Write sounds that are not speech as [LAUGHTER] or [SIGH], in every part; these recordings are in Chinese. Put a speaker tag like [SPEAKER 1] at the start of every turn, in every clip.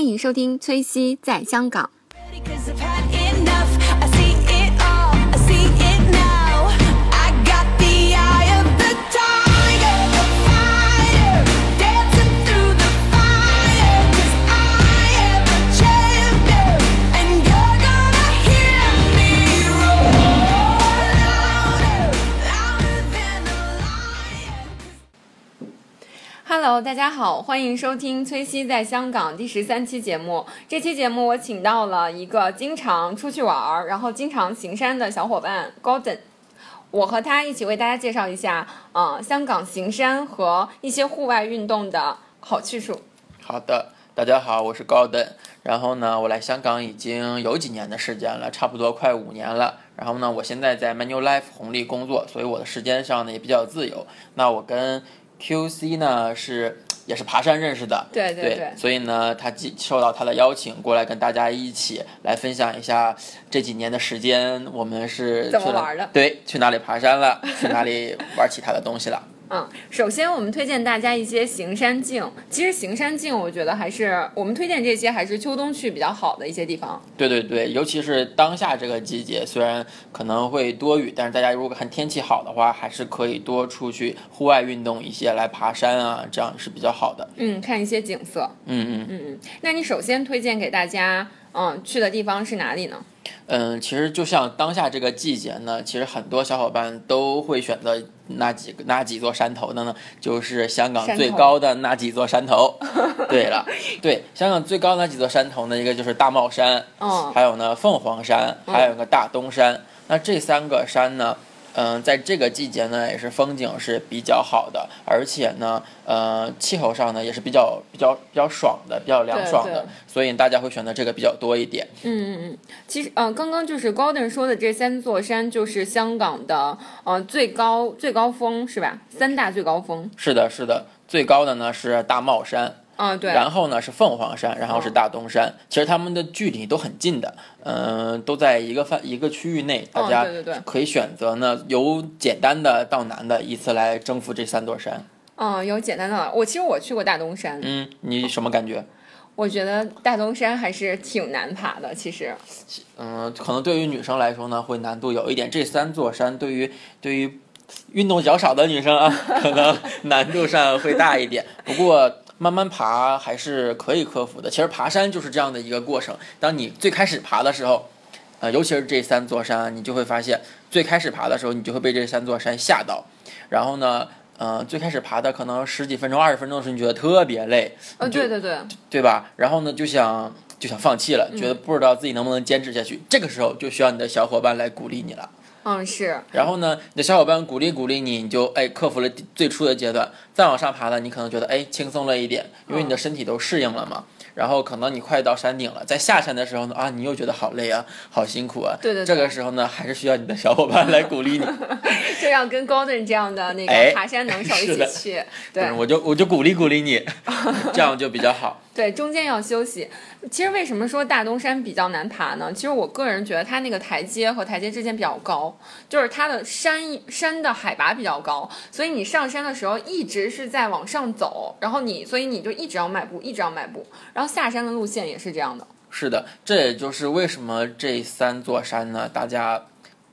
[SPEAKER 1] 迎收听崔西在香港。
[SPEAKER 2] Cause I've had enough. I see it all. I see it now. I got the eye of the tiger, the fire, dancing through the fire. 'Cause I am the champion, and you're gonna hear me roar louder, louder than a lion.
[SPEAKER 1] Hello，大家好，欢迎收听崔西在香港第十三期节目。这期节目我请到了一个经常出去玩儿，然后经常行山的小伙伴 Golden。我和他一起为大家介绍一下，呃，香港行山和一些户外运动的好去处。
[SPEAKER 3] 好的，大家好，我是高登。然后呢，我来香港已经有几年的时间了，差不多快五年了。然后呢，我现在在 Manulife 红利工作，所以我的时间上呢也比较自由。那我跟 QC 呢是也是爬山认识的，
[SPEAKER 1] 对对
[SPEAKER 3] 对
[SPEAKER 1] 对
[SPEAKER 3] 所以呢，他既受到他的邀请过来跟大家一起来分享一下这几年的时间，我们是
[SPEAKER 1] 怎么
[SPEAKER 3] 去了
[SPEAKER 1] 玩的
[SPEAKER 3] 对，去哪里爬山了，去哪里玩其他的东西了。
[SPEAKER 1] 嗯，首先我们推荐大家一些行山径。其实行山径，我觉得还是我们推荐这些还是秋冬去比较好的一些地方。
[SPEAKER 3] 对对对，尤其是当下这个季节，虽然可能会多雨，但是大家如果看天气好的话，还是可以多出去户外运动一些，来爬山啊，这样是比较好的。
[SPEAKER 1] 嗯，看一些景色。
[SPEAKER 3] 嗯嗯
[SPEAKER 1] 那你首先推荐给大家，嗯，去的地方是哪里呢？
[SPEAKER 3] 嗯，其实就像当下这个季节呢，其实很多小伙伴都会选择那几个那几座山头的呢，就是香港
[SPEAKER 1] 山
[SPEAKER 3] 最
[SPEAKER 1] 头
[SPEAKER 3] 高的那几座山头。 [LAUGHS] 对了，对，香港最高的那几座山头呢，一个就是大帽山，
[SPEAKER 1] 嗯
[SPEAKER 3] 还有呢凤凰山，还有一个大东山。那这三个山呢，嗯、在这个季节呢，也是风景是比较好的，而且呢，呃，气候上呢也是比较比较比较爽的，比较凉
[SPEAKER 1] 对
[SPEAKER 3] 爽
[SPEAKER 1] 对
[SPEAKER 3] 的，所以大家会选择这个比较多一点。
[SPEAKER 1] 其实，嗯、刚刚就是 Golden 说的这三座山，就是香港的，呃，最高最高峰是吧？三大最高峰。
[SPEAKER 3] 是的，是的，最高的呢是大帽山。
[SPEAKER 1] 嗯、对。哦
[SPEAKER 3] 然后呢是凤凰山，然后是大东山，其实它们的距离都很近的，嗯、都在一个范一个区域内，大家
[SPEAKER 1] 哦对对对
[SPEAKER 3] 可以选择呢由简单的到难的依次来征服这三座山。
[SPEAKER 1] 嗯、有简单的了。我其实我去过大东山，
[SPEAKER 3] 嗯，
[SPEAKER 1] 哦
[SPEAKER 3] 你什么感觉？
[SPEAKER 1] 我觉得大东山还是挺难爬的。其实，
[SPEAKER 3] 嗯，可能对于女生来说呢，会难度有一点。这三座山对于对于运动较少的女生啊，可能难度上会大一点。不过慢慢爬还是可以克服的。其实爬山就是这样的一个过程。当你最开始爬的时候，呃，尤其是这三座山，你就会发现，最开始爬的时候，你就会被这三座山吓到。然后呢，呃，最开始爬的可能十几分钟、二十分钟的时候，你觉得特别累，
[SPEAKER 1] 呃，
[SPEAKER 3] 你就
[SPEAKER 1] 对对对，
[SPEAKER 3] 对吧？然后呢，就想就想放弃了，
[SPEAKER 1] 嗯
[SPEAKER 3] 觉得不知道自己能不能坚持下去。这个时候就需要你的小伙伴来鼓励你了。
[SPEAKER 1] 嗯，是， [LAUGHS]
[SPEAKER 3] 然后呢，你的小伙伴鼓励鼓励你，你就哎克服了第最初的阶段，再往上爬呢，你可能觉得哎轻松了一点，因为你的身体都适应了嘛。然后可能你快到山顶了，在下山的时候呢，啊，你又觉得好累啊，好辛苦啊。
[SPEAKER 1] 对对对
[SPEAKER 3] 这个时候呢，还是需要你的小伙伴来鼓励你。
[SPEAKER 1] 就要跟 Golden 这样的那个
[SPEAKER 3] 哎
[SPEAKER 1] 爬山
[SPEAKER 3] [LAUGHS]
[SPEAKER 1] 能手一
[SPEAKER 3] 是
[SPEAKER 1] 起
[SPEAKER 3] 的
[SPEAKER 1] 去。
[SPEAKER 3] 不
[SPEAKER 1] [LAUGHS] 对
[SPEAKER 3] 是，，我就我就鼓励鼓励你，这样就比较好。
[SPEAKER 1] 对，中间要休息。其实为什么说大东山比较难爬呢？其实我个人觉得它那个台阶和台阶之间比较高，就是它的山山的海拔比较高，所以你上山的时候一直是在往上走，然后你所以你就一直要迈步，一直要迈步。然后下山的路线也是这样的。
[SPEAKER 3] 是的，这也就是为什么这三座山呢，大家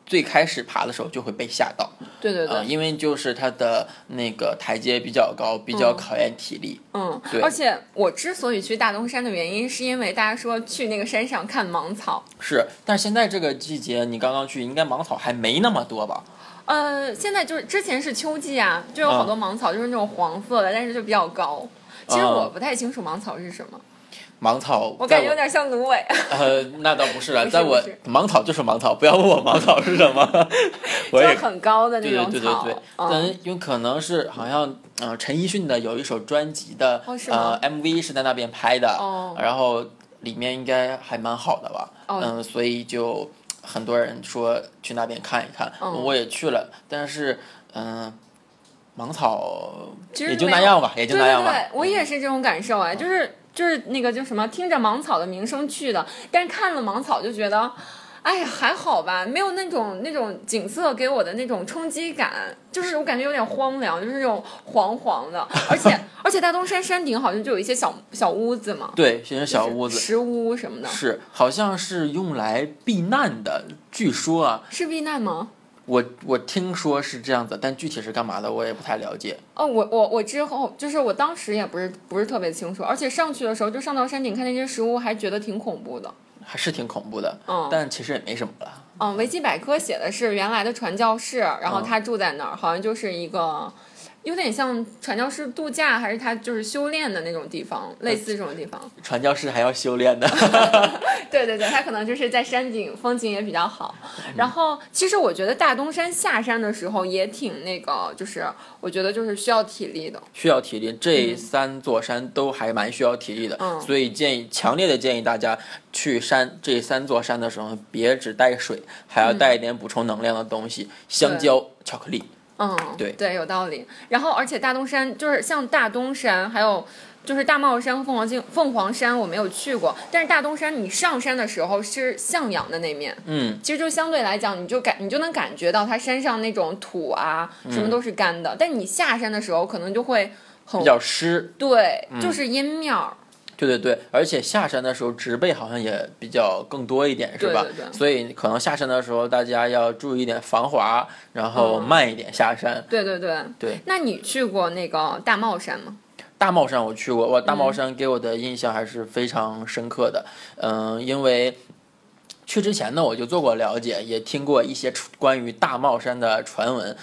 [SPEAKER 3] 最开始爬的时候就会被吓到，
[SPEAKER 1] 对对对，
[SPEAKER 3] 呃，因为就是它的那个台阶比较高，比较考验体力。
[SPEAKER 1] 嗯，
[SPEAKER 3] 对
[SPEAKER 1] 而且我之所以去大东山的原因，是因为大家说去那个山上看芒草。
[SPEAKER 3] 是，但是现在这个季节，你刚刚去，应该芒草还没那么多吧？
[SPEAKER 1] 呃，现在就是之前是秋季啊，就有好多芒草，就是那种黄色的，但是就比较高。其实
[SPEAKER 3] 嗯
[SPEAKER 1] 我不太清楚芒草是什么，
[SPEAKER 3] 芒草，
[SPEAKER 1] 我
[SPEAKER 3] 在
[SPEAKER 1] 感觉有点像芦苇。
[SPEAKER 3] 呃，那倒不是了，
[SPEAKER 1] 不是
[SPEAKER 3] 在
[SPEAKER 1] 不
[SPEAKER 3] 我
[SPEAKER 1] 是
[SPEAKER 3] 芒草就是芒草，不要问我芒草
[SPEAKER 1] [LAUGHS]
[SPEAKER 3] 是什么，
[SPEAKER 1] 就
[SPEAKER 3] 我也
[SPEAKER 1] 是很高的那
[SPEAKER 3] 对对
[SPEAKER 1] 种
[SPEAKER 3] 对
[SPEAKER 1] 草。
[SPEAKER 3] 对对，
[SPEAKER 1] 嗯，
[SPEAKER 3] 但因为可能是好像呃陈奕迅的有一首专辑的、
[SPEAKER 1] 哦是吗
[SPEAKER 3] 呃 MV 是在那边拍的，
[SPEAKER 1] 哦
[SPEAKER 3] 然后里面应该还蛮好的吧，
[SPEAKER 1] 哦
[SPEAKER 3] 嗯、所以就很多人说去那边看一看，
[SPEAKER 1] 嗯
[SPEAKER 3] 我也去了，但是嗯、芒草
[SPEAKER 1] 其实
[SPEAKER 3] 也就
[SPEAKER 1] 没有
[SPEAKER 3] 那样吧，也就
[SPEAKER 1] 对
[SPEAKER 3] 那
[SPEAKER 1] 对
[SPEAKER 3] 样吧，嗯
[SPEAKER 1] 对，我也是这种感受哎，就是就是那个叫什么，听着芒草的名声去的，但是看了芒草就觉得。哎呀，还好吧，没有那种那种景色给我的那种冲击感，就是我感觉有点荒凉，就是那种黄黄的，而且 [LAUGHS] 而且大东山山顶好像就有一些小小屋子嘛，
[SPEAKER 3] 对，形成小屋子
[SPEAKER 1] 石屋什么的，
[SPEAKER 3] 是好像是用来避难的，据说啊，
[SPEAKER 1] 是避难吗？
[SPEAKER 3] 我我听说是这样子，但具体是干嘛的我也不太了解。
[SPEAKER 1] 哦，我我我之后就是我当时也不是不是特别清楚，而且上去的时候就上到山顶看那些石屋，还觉得挺恐怖的。
[SPEAKER 3] 还是挺恐怖的，
[SPEAKER 1] 嗯
[SPEAKER 3] 但其实也没什么了。
[SPEAKER 1] 嗯，维基百科写的是原来的传教士，然后
[SPEAKER 3] 嗯
[SPEAKER 1] 他住在那儿，好像就是一个有点像传教士度假，还是他就是修炼的那种地方，类似这种地方。
[SPEAKER 3] 传教士还要修炼的，
[SPEAKER 1] 对对对，他可能就是在山顶，风景也比较好。然后其实我觉得大东山下山的时候也挺那个，就是我觉得就是需要体力的。
[SPEAKER 3] [LAUGHS] 需要体力。这三座山都还蛮需要体力的，
[SPEAKER 1] 嗯
[SPEAKER 3] 所以建议强烈的建议大家去山这三座山的时候，别只带水，还
[SPEAKER 1] 嗯
[SPEAKER 3] 要带一点补充能量的东西，香蕉、巧克力。
[SPEAKER 1] 嗯，
[SPEAKER 3] 对
[SPEAKER 1] 对，有道理。然后，而且大东山就是像大东山，还有就是大帽山和凤凰镜凤凰山，我没有去过。但是大东山，你上山的时候是向阳的那面，
[SPEAKER 3] 嗯，
[SPEAKER 1] 其实就相对来讲，你就感你就能感觉到它山上那种土啊，什
[SPEAKER 3] 嗯
[SPEAKER 1] 么都是干的。但你下山的时候，可能就会很
[SPEAKER 3] 比较湿。
[SPEAKER 1] 对，
[SPEAKER 3] 嗯
[SPEAKER 1] 就是阴面儿。
[SPEAKER 3] 对对对，而且下山的时候植被好像也比较更多一点，是吧？
[SPEAKER 1] 对对对
[SPEAKER 3] 所以可能下山的时候大家要注意一点防滑，然后
[SPEAKER 1] 嗯
[SPEAKER 3] 慢一点下山。
[SPEAKER 1] 对对对
[SPEAKER 3] 对。
[SPEAKER 1] 那你去过那个大帽山吗？
[SPEAKER 3] 大帽山我去过，我大帽山给我的印象还是非常深刻的。嗯、因为去之前呢，我就做过了解，也听过一些传关于大帽山的传闻。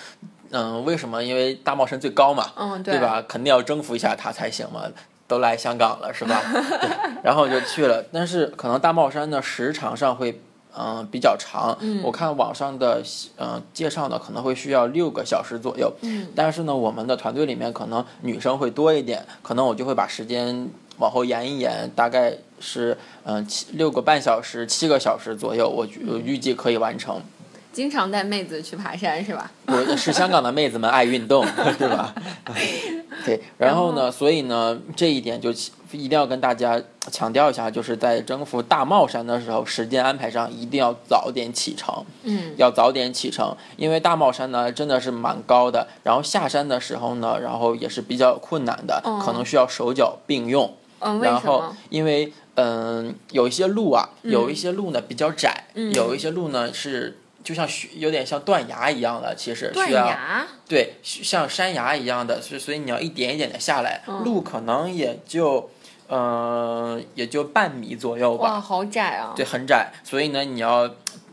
[SPEAKER 3] 嗯、为什么？因为大帽山最高嘛，
[SPEAKER 1] 嗯，
[SPEAKER 3] 对吧？肯定要征服一下它才行嘛。都来香港了是吧？对然后我就去了，但是可能大帽山的时长上会。嗯，比较长。我看网上的嗯介绍呢，可能会需要六个小时左右。
[SPEAKER 1] 嗯，
[SPEAKER 3] 但是呢，我们的团队里面可能女生会多一点，可能我就会把时间往后延一延，大概是嗯七六个半小时、七个小时左右，我觉我预计可以完成。
[SPEAKER 1] 经常带妹子去爬山是吧？
[SPEAKER 3] 我是香港的妹子们爱
[SPEAKER 1] [LAUGHS]
[SPEAKER 3] 运动，对吧？对，然后呢，所以呢，这一点就其一定要跟大家强调一下，就是在征服大帽山的时候，时间安排上一定要早点启程，
[SPEAKER 1] 嗯，
[SPEAKER 3] 要早点启程，因为大帽山呢真的是蛮高的，然后下山的时候呢，然后也是比较困难的，
[SPEAKER 1] 哦
[SPEAKER 3] 可能需要手脚并用。
[SPEAKER 1] 嗯，为
[SPEAKER 3] 然
[SPEAKER 1] 什
[SPEAKER 3] 后啊
[SPEAKER 1] 么？
[SPEAKER 3] 因为嗯，有一些路啊，有一些路呢比较窄，
[SPEAKER 1] 嗯
[SPEAKER 3] 有一些路呢是就像雪有点像断崖一样的，其实
[SPEAKER 1] 断
[SPEAKER 3] 需要
[SPEAKER 1] 崖？
[SPEAKER 3] 对像山崖一样的，所以所以你要一点一点的下来，
[SPEAKER 1] 嗯
[SPEAKER 3] 路可能也就嗯、呃也就半米左右吧，
[SPEAKER 1] 哇，好窄啊！
[SPEAKER 3] 对，很窄，所以呢，你要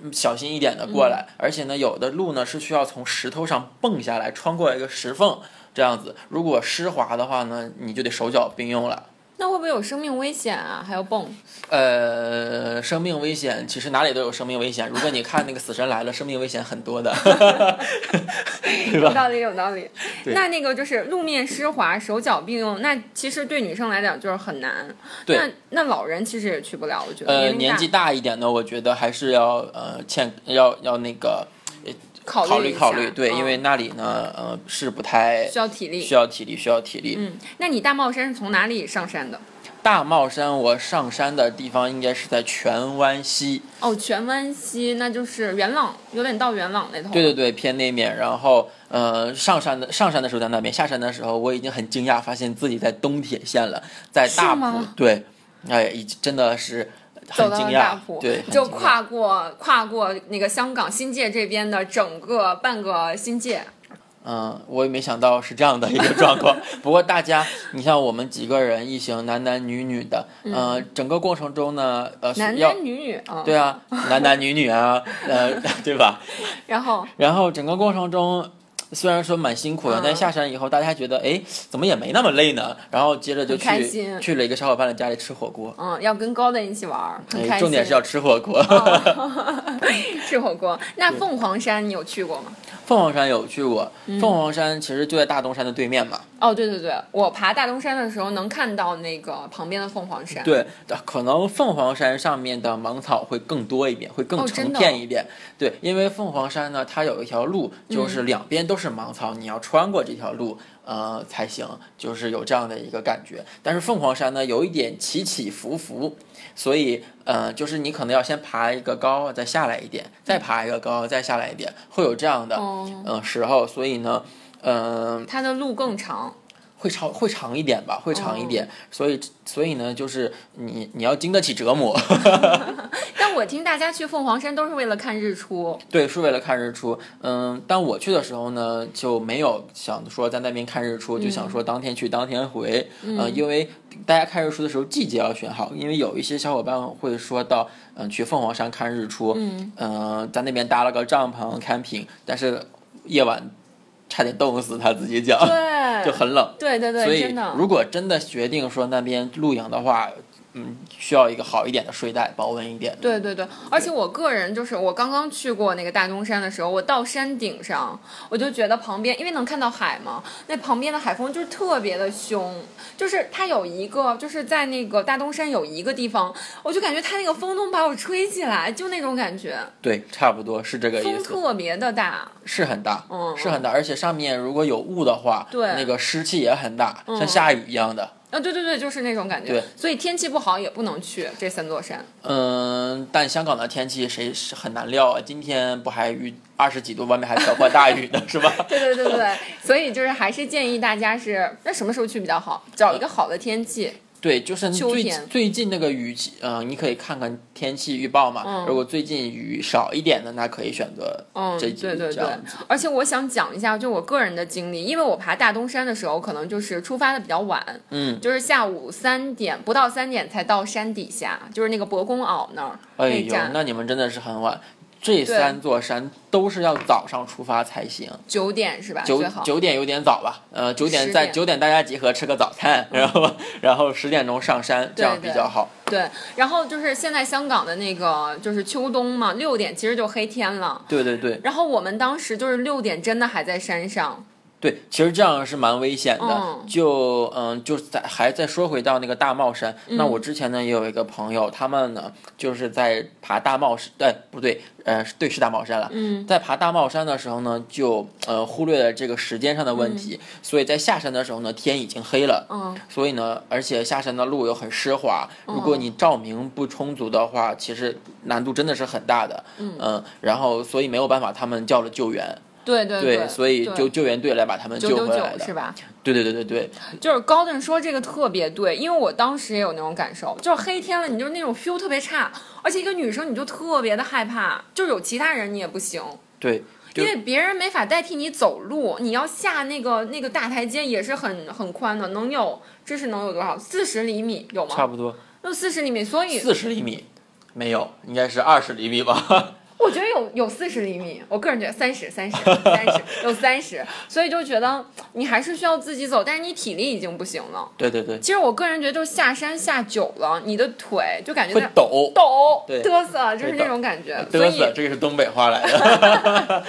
[SPEAKER 3] 嗯小心一点的过
[SPEAKER 1] 嗯
[SPEAKER 3] 来。而且呢，有的路呢是需要从石头上蹦下来，穿过一个石缝，这样子。如果湿滑的话呢，你就得手脚并用了。
[SPEAKER 1] 那会不会有生命危险啊？还要
[SPEAKER 3] [LAUGHS]
[SPEAKER 1] 蹦？
[SPEAKER 3] 呃，生命危险其实哪里都有生命危险。如果你看那个《死神来了》，生命危险很多
[SPEAKER 1] [LAUGHS]
[SPEAKER 3] 的，对
[SPEAKER 1] 有
[SPEAKER 3] 吧？
[SPEAKER 1] 道理，有道理。
[SPEAKER 3] [LAUGHS] 对
[SPEAKER 1] 那那个就是路面湿滑，手脚并用，那其实对女生来讲就是很难。
[SPEAKER 3] 对
[SPEAKER 1] 那那老人其实也去不了，我觉得。
[SPEAKER 3] 呃，
[SPEAKER 1] 年
[SPEAKER 3] 年纪
[SPEAKER 1] 龄大
[SPEAKER 3] 大一点的，我觉得还是要呃欠要要那个
[SPEAKER 1] 考
[SPEAKER 3] 考
[SPEAKER 1] 虑
[SPEAKER 3] 虑
[SPEAKER 1] 一下
[SPEAKER 3] 考虑，对，
[SPEAKER 1] 嗯
[SPEAKER 3] 因为那里呢呃是不太
[SPEAKER 1] 需要体力。
[SPEAKER 3] 需要体力，需要体力。
[SPEAKER 1] 嗯，那你大帽山是从哪里上山的？
[SPEAKER 3] 大帽山，我上山的地方应该是在荃湾西，
[SPEAKER 1] 哦，荃湾西，那就是元朗，有点到元朗那头。
[SPEAKER 3] 对对对，偏那面。然后，呃，上山的上山的时候在那边，下山的时候我已经很惊讶，发现自己在东铁线了，在大
[SPEAKER 1] 是
[SPEAKER 3] 埔
[SPEAKER 1] 吗。
[SPEAKER 3] 对，哎，已真的是很
[SPEAKER 1] 走到
[SPEAKER 3] 惊
[SPEAKER 1] 了大
[SPEAKER 3] 讶
[SPEAKER 1] 埔，，
[SPEAKER 3] 对，很
[SPEAKER 1] 就
[SPEAKER 3] 惊讶
[SPEAKER 1] 跨过跨过那个香港新界这边的整个半个新界，
[SPEAKER 3] 嗯，我也没想到是这样的一个
[SPEAKER 1] [LAUGHS]
[SPEAKER 3] 状况。不过大家，你像我们几个人，一行男男女女的，呃，整个过程中呢，呃，
[SPEAKER 1] 嗯
[SPEAKER 3] 是
[SPEAKER 1] 男
[SPEAKER 3] 要
[SPEAKER 1] 男女女啊。
[SPEAKER 3] 对啊，男男女女啊，呃， [LAUGHS] 对吧？
[SPEAKER 1] 然后
[SPEAKER 3] 然后整个过程中，虽然说蛮辛苦的，
[SPEAKER 1] 嗯
[SPEAKER 3] 但下山以后大家觉得，哎，怎么也没那么累呢？然后接着就
[SPEAKER 1] 很开
[SPEAKER 3] 去
[SPEAKER 1] 心
[SPEAKER 3] 去了一个小伙伴的家里吃火锅，
[SPEAKER 1] 嗯，要跟高的一起玩儿，很开
[SPEAKER 3] 哎，
[SPEAKER 1] 心。哦
[SPEAKER 3] 重点是要吃火锅。
[SPEAKER 1] [LAUGHS] 吃火锅。那
[SPEAKER 3] 嗯
[SPEAKER 1] 凤凰山你有去过吗？
[SPEAKER 3] 凤凰山有去过，
[SPEAKER 1] 嗯
[SPEAKER 3] 凤凰山其实就在大东山的对面嘛。
[SPEAKER 1] 哦，对对对，我爬大东山的时候能看到那个旁边的凤凰山。，
[SPEAKER 3] 对，可能凤凰山上面的芒草会更多一点，会更
[SPEAKER 1] 哦
[SPEAKER 3] 成
[SPEAKER 1] 真的嗯
[SPEAKER 3] 片一点。对，因为凤凰山呢，它有一条路，就是两边都是芒草，你要穿过这条路，呃，才行，就是有这样的一个感觉。但是凤凰山呢，有一点起起伏伏，所以，呃，就是你可能要先爬一个高，再下来一点，再爬一个高，再下来一点，会有这样的，
[SPEAKER 1] 哦，
[SPEAKER 3] 嗯、时候。所以呢，嗯、
[SPEAKER 1] 它的路更长，
[SPEAKER 3] 会长会长一点吧，会长一点。
[SPEAKER 1] 哦
[SPEAKER 3] 所以，所以呢，就是你你要经得起折磨， [LAUGHS]
[SPEAKER 1] 但我听大家去凤凰山都是为了看日出。
[SPEAKER 3] 对，是为了看日出。嗯，但我去的时候呢，就没有想说在那边看日出，就想
[SPEAKER 1] 嗯
[SPEAKER 3] 说当天去当天回。嗯、因为大家看日出的时候季节要选好，因为有一些小伙伴会说到，嗯、去凤凰山看日出，
[SPEAKER 1] 嗯
[SPEAKER 3] 嗯、在那边搭了个帐篷 camping，但是夜晚差点冻死，他自己讲，
[SPEAKER 1] 对，
[SPEAKER 3] [LAUGHS] 就很冷。
[SPEAKER 1] 对对
[SPEAKER 3] 所
[SPEAKER 1] 对，
[SPEAKER 3] 以
[SPEAKER 1] 真的，。
[SPEAKER 3] 如果真的决定说那边露营的话，嗯，需要一个好一点的睡袋，保温一点的。
[SPEAKER 1] 对对对，而且我个人就是我刚刚去过那个大东山的时候，我到山顶上，我就觉得旁边因为能看到海嘛，那旁边的海风就是特别的凶，就是它有一个就是在那个大东山有一个地方，我就感觉它那个风都把我吹起来，就那种感觉，
[SPEAKER 3] 对，差不多是这个意
[SPEAKER 1] 风
[SPEAKER 3] 思，
[SPEAKER 1] 特别的大，
[SPEAKER 3] 是很大，
[SPEAKER 1] 嗯
[SPEAKER 3] 是很大，而且上面如果有雾的话，
[SPEAKER 1] 对
[SPEAKER 3] 那个湿气也很大，
[SPEAKER 1] 嗯
[SPEAKER 3] 像下雨一样的。
[SPEAKER 1] 啊对对对，就是那种感觉
[SPEAKER 3] 对，
[SPEAKER 1] 所以天气不好也不能去这三座山，
[SPEAKER 3] 嗯，但香港的天气谁是很难料啊？今天不还雨二十几度，外面还瓢泼大雨呢，
[SPEAKER 1] [LAUGHS]
[SPEAKER 3] 是吧？
[SPEAKER 1] 对对对对对，所以就是还是建议大家是那什么时候去比较好，找一个好的天气，
[SPEAKER 3] 对，就是
[SPEAKER 1] 秋
[SPEAKER 3] 最
[SPEAKER 1] 天
[SPEAKER 3] 最近那个雨季，嗯、你可以看看天气预报嘛。
[SPEAKER 1] 嗯
[SPEAKER 3] 如果最近雨少一点的，那可以选择
[SPEAKER 1] 嗯，
[SPEAKER 3] 这
[SPEAKER 1] 对
[SPEAKER 3] 几
[SPEAKER 1] 对对
[SPEAKER 3] 这样子。，
[SPEAKER 1] 而且我想讲一下，就我个人的经历，因为我爬大东山的时候，可能就是出发的比较晚，
[SPEAKER 3] 嗯，
[SPEAKER 1] 就是下午三点不到三点才到山底下，就是那个博公坳那儿、
[SPEAKER 3] 哎
[SPEAKER 1] 那
[SPEAKER 3] 呦，
[SPEAKER 1] 站，
[SPEAKER 3] 那你们真的是很晚。这
[SPEAKER 1] 对
[SPEAKER 3] 三座山都是要早上出发才行，
[SPEAKER 1] 九点是吧？
[SPEAKER 3] 九
[SPEAKER 1] 最好。
[SPEAKER 3] 九点有点早吧，呃，九点
[SPEAKER 1] 10
[SPEAKER 3] 在
[SPEAKER 1] 点嗯
[SPEAKER 3] 九点大家集合吃个早餐，然后然后十点钟上山，这
[SPEAKER 1] 对
[SPEAKER 3] 样比
[SPEAKER 1] 对
[SPEAKER 3] 较好。
[SPEAKER 1] 对，然后就是现在香港的那个就是秋冬嘛，六点其实就黑天了。
[SPEAKER 3] 对对对
[SPEAKER 1] 然后我们当时就是六点真的还在山上，
[SPEAKER 3] 对，其实这样是蛮危险的。
[SPEAKER 1] 嗯
[SPEAKER 3] 就嗯，就在还再说回到那个大帽山，那
[SPEAKER 1] 嗯
[SPEAKER 3] 我之前呢也有一个朋友，他们呢就是在爬大帽山，哎不对，呃是对是大帽山了。
[SPEAKER 1] 嗯
[SPEAKER 3] 在爬大帽山的时候呢，就呃忽略了这个时间上的问题，所以在下山的时候呢，天已经黑了。
[SPEAKER 1] 嗯，
[SPEAKER 3] 所以呢，而且下山的路又很湿滑，如果你照明不充足的话，其实难度真的是很大的。嗯、然后所以没有办法，他们叫了救援，
[SPEAKER 1] 对对对，
[SPEAKER 3] 所以就救援队来把他们
[SPEAKER 1] 九
[SPEAKER 3] 救
[SPEAKER 1] 九
[SPEAKER 3] 回来
[SPEAKER 1] 九是
[SPEAKER 3] 的。
[SPEAKER 1] 吧？
[SPEAKER 3] 对对对对对，
[SPEAKER 1] 就是 Golden 说这个特别对，因为我当时也有那种感受，就是黑天了，你就是那种 feel 特别差，而且一个女生你就特别的害怕，就是有其他人你也不行，
[SPEAKER 3] 对，就
[SPEAKER 1] 因为别人没法代替你走路，你要下那个那个大台阶也是很很宽的，能有这是能有多少？四十厘米有
[SPEAKER 3] 差
[SPEAKER 1] 吗？
[SPEAKER 3] 不多
[SPEAKER 1] 就四十厘米，所以
[SPEAKER 3] 四十厘米，没有，应该是二十厘米吧？ [LAUGHS]
[SPEAKER 1] 我觉得有有四十厘米，我个人觉得三十三十三十有三十，所以就觉得你还是需要自己走，但是你体力已经不行了。
[SPEAKER 3] 对对对，
[SPEAKER 1] 其实我个人觉得，就是下山下久了，你的腿就感觉
[SPEAKER 3] 会
[SPEAKER 1] 在
[SPEAKER 3] 抖，
[SPEAKER 1] 抖、
[SPEAKER 3] 对
[SPEAKER 1] 嘚瑟，就是
[SPEAKER 3] 会抖
[SPEAKER 1] 那种感觉。所
[SPEAKER 3] 嘚瑟，
[SPEAKER 1] 以，
[SPEAKER 3] 这个是东北话来
[SPEAKER 1] [LAUGHS]
[SPEAKER 3] 的。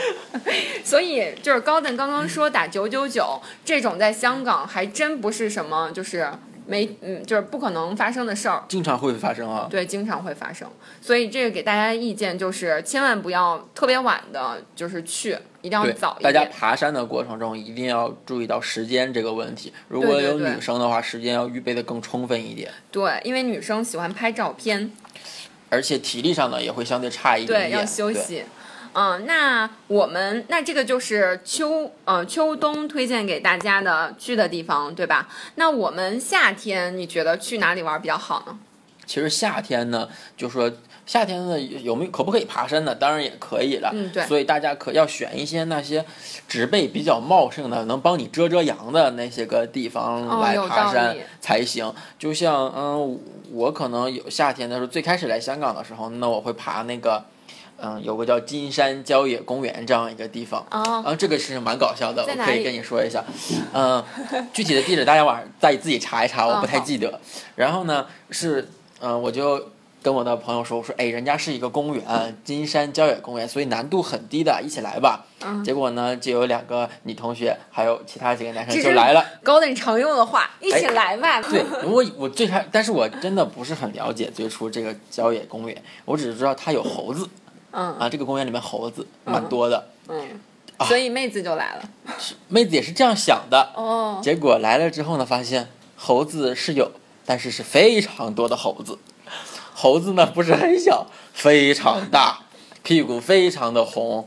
[SPEAKER 1] 所以就是高登刚刚说打九九九这种，在香港还真不是什么，就是没嗯，就是不可能发生的事儿。
[SPEAKER 3] 经常会发生啊，
[SPEAKER 1] 对，经常会发生，所以这个给大家意见就是，千万不要特别晚的，就是去，一定要
[SPEAKER 3] 对
[SPEAKER 1] 早，一
[SPEAKER 3] 大
[SPEAKER 1] 点。
[SPEAKER 3] 家爬山的过程中一定要注意到时间这个问题。如果
[SPEAKER 1] 对对
[SPEAKER 3] 有
[SPEAKER 1] 对
[SPEAKER 3] 女生的话，时间要预备的更充分一点，
[SPEAKER 1] 对，因为女生喜欢拍照片，
[SPEAKER 3] 而且体力上呢也会相对差一点
[SPEAKER 1] 对，
[SPEAKER 3] 点。
[SPEAKER 1] 要休
[SPEAKER 3] 对。
[SPEAKER 1] 息。嗯，那我们那这个就是秋呃秋冬推荐给大家的去的地方，对吧？那我们夏天你觉得去哪里玩比较好呢？
[SPEAKER 3] 其实夏天呢，就说夏天呢有没有可不可以爬山呢？当然也可以了。
[SPEAKER 1] 嗯对
[SPEAKER 3] 所以大家可要选一些那些植被比较茂盛的，能帮你遮遮阳的那些个地方
[SPEAKER 1] 哦
[SPEAKER 3] 来
[SPEAKER 1] 有
[SPEAKER 3] 爬
[SPEAKER 1] 道
[SPEAKER 3] 山
[SPEAKER 1] 理
[SPEAKER 3] 才行。就像嗯，我可能有夏天的时候，最开始来香港的时候，那我会爬那个。嗯，有个叫金山郊野公园这样一个地方，
[SPEAKER 1] 哦
[SPEAKER 3] 啊，这个是蛮搞笑的，
[SPEAKER 1] 在
[SPEAKER 3] 我
[SPEAKER 1] 哪
[SPEAKER 3] 可以
[SPEAKER 1] 里
[SPEAKER 3] 跟你说一下。嗯，具体的地址大家晚上再自己查一查，我
[SPEAKER 1] 嗯
[SPEAKER 3] 不太
[SPEAKER 1] 好
[SPEAKER 3] 记得。然后呢，是嗯、呃我就跟我的朋友说，我说，哎，人家是一个公园，金山郊野公园，所以难度很低的，一起来吧。
[SPEAKER 1] 嗯
[SPEAKER 3] 结果呢，就有两个女同学，还有其他几个男生
[SPEAKER 1] 这
[SPEAKER 3] 就是来了。
[SPEAKER 1] 高等常用的话，一起
[SPEAKER 3] 哎
[SPEAKER 1] 来吧。
[SPEAKER 3] 对，我我最开，但是我真的不是很了解最初这个郊野公园，我只是知道它有猴子
[SPEAKER 1] 嗯
[SPEAKER 3] 啊，这个公园里面猴子
[SPEAKER 1] 嗯
[SPEAKER 3] 蛮多的。
[SPEAKER 1] 嗯，所以妹子就来了。
[SPEAKER 3] 妹子也是这样想的，
[SPEAKER 1] 哦，
[SPEAKER 3] 结果来了之后呢，发现猴子是有，但是是非常多的猴子。猴子呢不是很小，非常大， [LAUGHS] 屁股非常的红。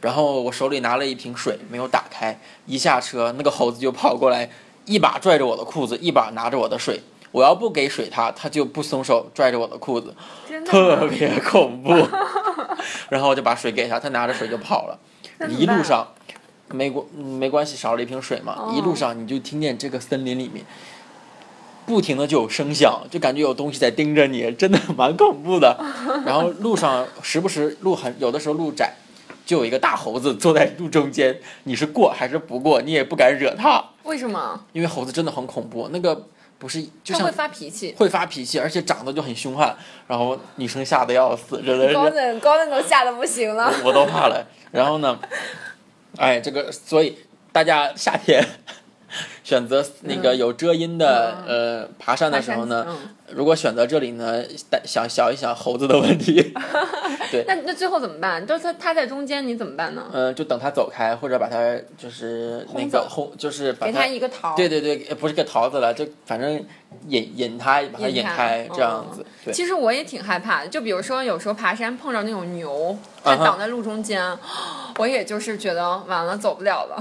[SPEAKER 3] 然后我手里拿了一瓶水，没有打开。一下车，那个猴子就跑过来，一把拽着我的裤子，一把拿着我的水。我要不给水他，他就不松手，拽着我的裤子，
[SPEAKER 1] 真的
[SPEAKER 3] [LAUGHS] 特
[SPEAKER 1] 吗？
[SPEAKER 3] 别
[SPEAKER 1] [LAUGHS]
[SPEAKER 3] 恐怖。然后我就把水给他，他拿着水就跑了。
[SPEAKER 1] 那怎么
[SPEAKER 3] 一路
[SPEAKER 1] 办
[SPEAKER 3] 上，没关没关系，少了一瓶水嘛。
[SPEAKER 1] 哦
[SPEAKER 3] 一路上你就听见这个森林里面不停的就有声响，就感觉有东西在盯着你，真的蛮恐
[SPEAKER 1] [LAUGHS]
[SPEAKER 3] 怖的。然后路上时不时路很有的时候路窄，就有一个大猴子坐在路中间，你是过还是不过，你也不敢惹它，
[SPEAKER 1] 为什么？
[SPEAKER 3] 因为猴子真的很恐怖，那个不是就
[SPEAKER 1] 他
[SPEAKER 3] 像
[SPEAKER 1] 会。发脾气。
[SPEAKER 3] 会发脾气，而且长得就很凶悍，然后女生吓得要死，真的是。
[SPEAKER 1] 高啊冷高冷都吓得不行了。 [LAUGHS]
[SPEAKER 3] 我都怕了。然后呢，哎，这个所以大家夏天选择那个有遮阴的、呃爬山的时候呢，
[SPEAKER 1] 嗯
[SPEAKER 3] 如果选择这里呢，但想想一想猴子的
[SPEAKER 1] [LAUGHS]
[SPEAKER 3] 问题，对，
[SPEAKER 1] 那那最后怎么办？就是他他在中间，你怎么办呢？
[SPEAKER 3] 嗯、就等它走开，或者把它就是那个
[SPEAKER 1] 轰走
[SPEAKER 3] 轰，就是把
[SPEAKER 1] 给
[SPEAKER 3] 它
[SPEAKER 1] 他。一个桃。
[SPEAKER 3] 对对对，呃不是个桃子了，就反正引引它，把它
[SPEAKER 1] 引
[SPEAKER 3] 引
[SPEAKER 1] 它
[SPEAKER 3] 开，这样
[SPEAKER 1] 哦
[SPEAKER 3] 子。对，
[SPEAKER 1] 其实我也挺害怕的，就比如说有时候爬山碰着那种牛，它
[SPEAKER 3] 啊哈
[SPEAKER 1] 挡在路中间，我也就是觉得完了走不了
[SPEAKER 3] [LAUGHS]
[SPEAKER 1] 了。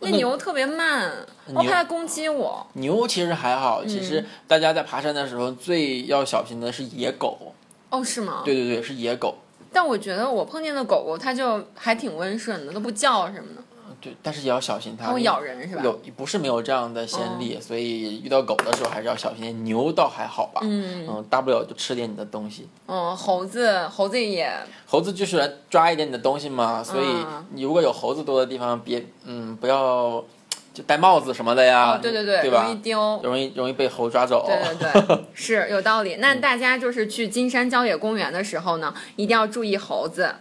[SPEAKER 1] 那
[SPEAKER 3] 那
[SPEAKER 1] 牛特别慢，我
[SPEAKER 3] 牛
[SPEAKER 1] 怕它攻击我。
[SPEAKER 3] 牛其实还好，其
[SPEAKER 1] 嗯
[SPEAKER 3] 实大家在爬山的时候最要小心的是野狗。
[SPEAKER 1] 哦，是吗？。
[SPEAKER 3] 对对对，是野狗。
[SPEAKER 1] 但我觉得我碰见的狗狗，它就还挺温顺的，都不叫什么的，
[SPEAKER 3] 对，但是也要小心它。
[SPEAKER 1] 它会
[SPEAKER 3] 因为
[SPEAKER 1] 咬人是吧？
[SPEAKER 3] 啊
[SPEAKER 1] 哦
[SPEAKER 3] 有不是没有这样的先例，所以遇到狗的时候还是要小心。牛倒还好吧，
[SPEAKER 1] 嗯
[SPEAKER 3] 大不了就吃点你的东西。
[SPEAKER 1] 嗯，猴子猴子也
[SPEAKER 3] 猴子就是来抓一点你的东西嘛，所以
[SPEAKER 1] 嗯
[SPEAKER 3] 你如果有猴子多的地方，别嗯不要就戴帽子什么的呀，
[SPEAKER 1] 哦，对对
[SPEAKER 3] 啊
[SPEAKER 1] 对，
[SPEAKER 3] 对，吧？
[SPEAKER 1] 容易丢。
[SPEAKER 3] 容易容易被猴抓走。
[SPEAKER 1] 对对
[SPEAKER 3] [LAUGHS]
[SPEAKER 1] 对，是有道理。那大家就是去金山郊野公园的时候呢，一定要注意猴子。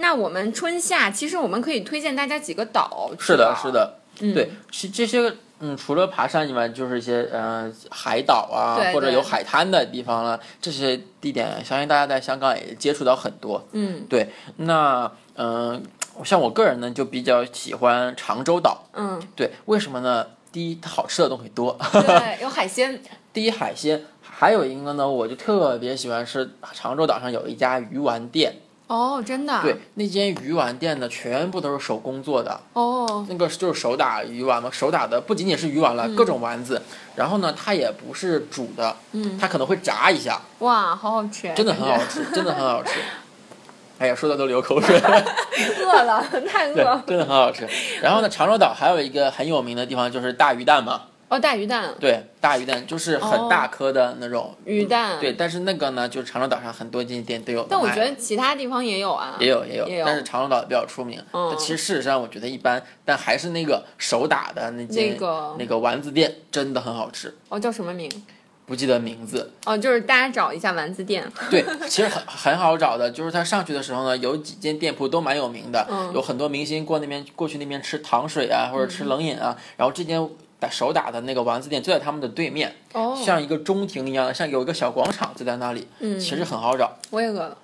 [SPEAKER 1] 那我们春夏其实我们可以推荐大家几个岛去啊
[SPEAKER 3] 是的，
[SPEAKER 1] 玩
[SPEAKER 3] 是，的，
[SPEAKER 1] 嗯
[SPEAKER 3] 对，是这些。嗯，除了爬山以外，就是一些呃海岛啊，
[SPEAKER 1] 对
[SPEAKER 3] 或者
[SPEAKER 1] 对
[SPEAKER 3] 有海滩的地方了。这些地点，相信大家在香港也接触到很多。
[SPEAKER 1] 嗯
[SPEAKER 3] 对，那嗯、呃像我个人呢，就比较喜欢常州岛。
[SPEAKER 1] 嗯，
[SPEAKER 3] [LAUGHS] 对，为什么呢？第一，它好吃的东西多； [LAUGHS]
[SPEAKER 1] 对，有海鲜，
[SPEAKER 3] 第一，海鲜；还有一个呢，我就特别喜欢吃常州岛上有一家鱼丸店。
[SPEAKER 1] 哦，真的，
[SPEAKER 3] 对，，那间鱼丸店呢，全部都是手工做的，
[SPEAKER 1] 哦，
[SPEAKER 3] 那个就是手打鱼丸嘛，手打的不仅仅是鱼丸了，各种丸子。然后呢，它也不是煮的，
[SPEAKER 1] 嗯，
[SPEAKER 3] 它可能会炸一下，
[SPEAKER 1] 哇，好好吃，
[SPEAKER 3] 真的很好吃，真的很
[SPEAKER 1] [LAUGHS]
[SPEAKER 3] 好吃。哎呀，说的都流口水了。
[SPEAKER 1] 饿
[SPEAKER 3] [LAUGHS]
[SPEAKER 1] 了，太饿
[SPEAKER 3] 对
[SPEAKER 1] 了，。
[SPEAKER 3] 真的很好吃。然后呢，长洲岛还有一个很有名的地方就是大鱼蛋嘛，
[SPEAKER 1] 哦，大鱼蛋，
[SPEAKER 3] 对，大鱼蛋就是很大颗的那种。
[SPEAKER 1] 鱼蛋，
[SPEAKER 3] 对，。但是那个呢，就是长洲岛上很多间店都有卖。
[SPEAKER 1] 嗯但我觉得其他地方也有啊，
[SPEAKER 3] 也有也有，
[SPEAKER 1] 也有
[SPEAKER 3] 但是长洲岛比较出名。
[SPEAKER 1] 嗯
[SPEAKER 3] 但其实事实上我觉得一般，但还是那个手打的那间
[SPEAKER 1] 那个
[SPEAKER 3] 那个丸子店真的很好吃。
[SPEAKER 1] 哦，叫什么名？
[SPEAKER 3] 不记得名字，
[SPEAKER 1] 哦，就是大家找一下丸子店，
[SPEAKER 3] 对，其实很很好找的，就是他上去的时候呢，有几间店铺都蛮有名的，
[SPEAKER 1] 嗯
[SPEAKER 3] 有很多明星过那边过去那边吃糖水啊，或者吃冷饮啊，然后这间打手打的那个丸子店就在他们的对面，
[SPEAKER 1] 哦，
[SPEAKER 3] 像一个中庭一样，像有一个小广场就在那里，
[SPEAKER 1] 嗯
[SPEAKER 3] 其实很好找，
[SPEAKER 1] 我也饿了，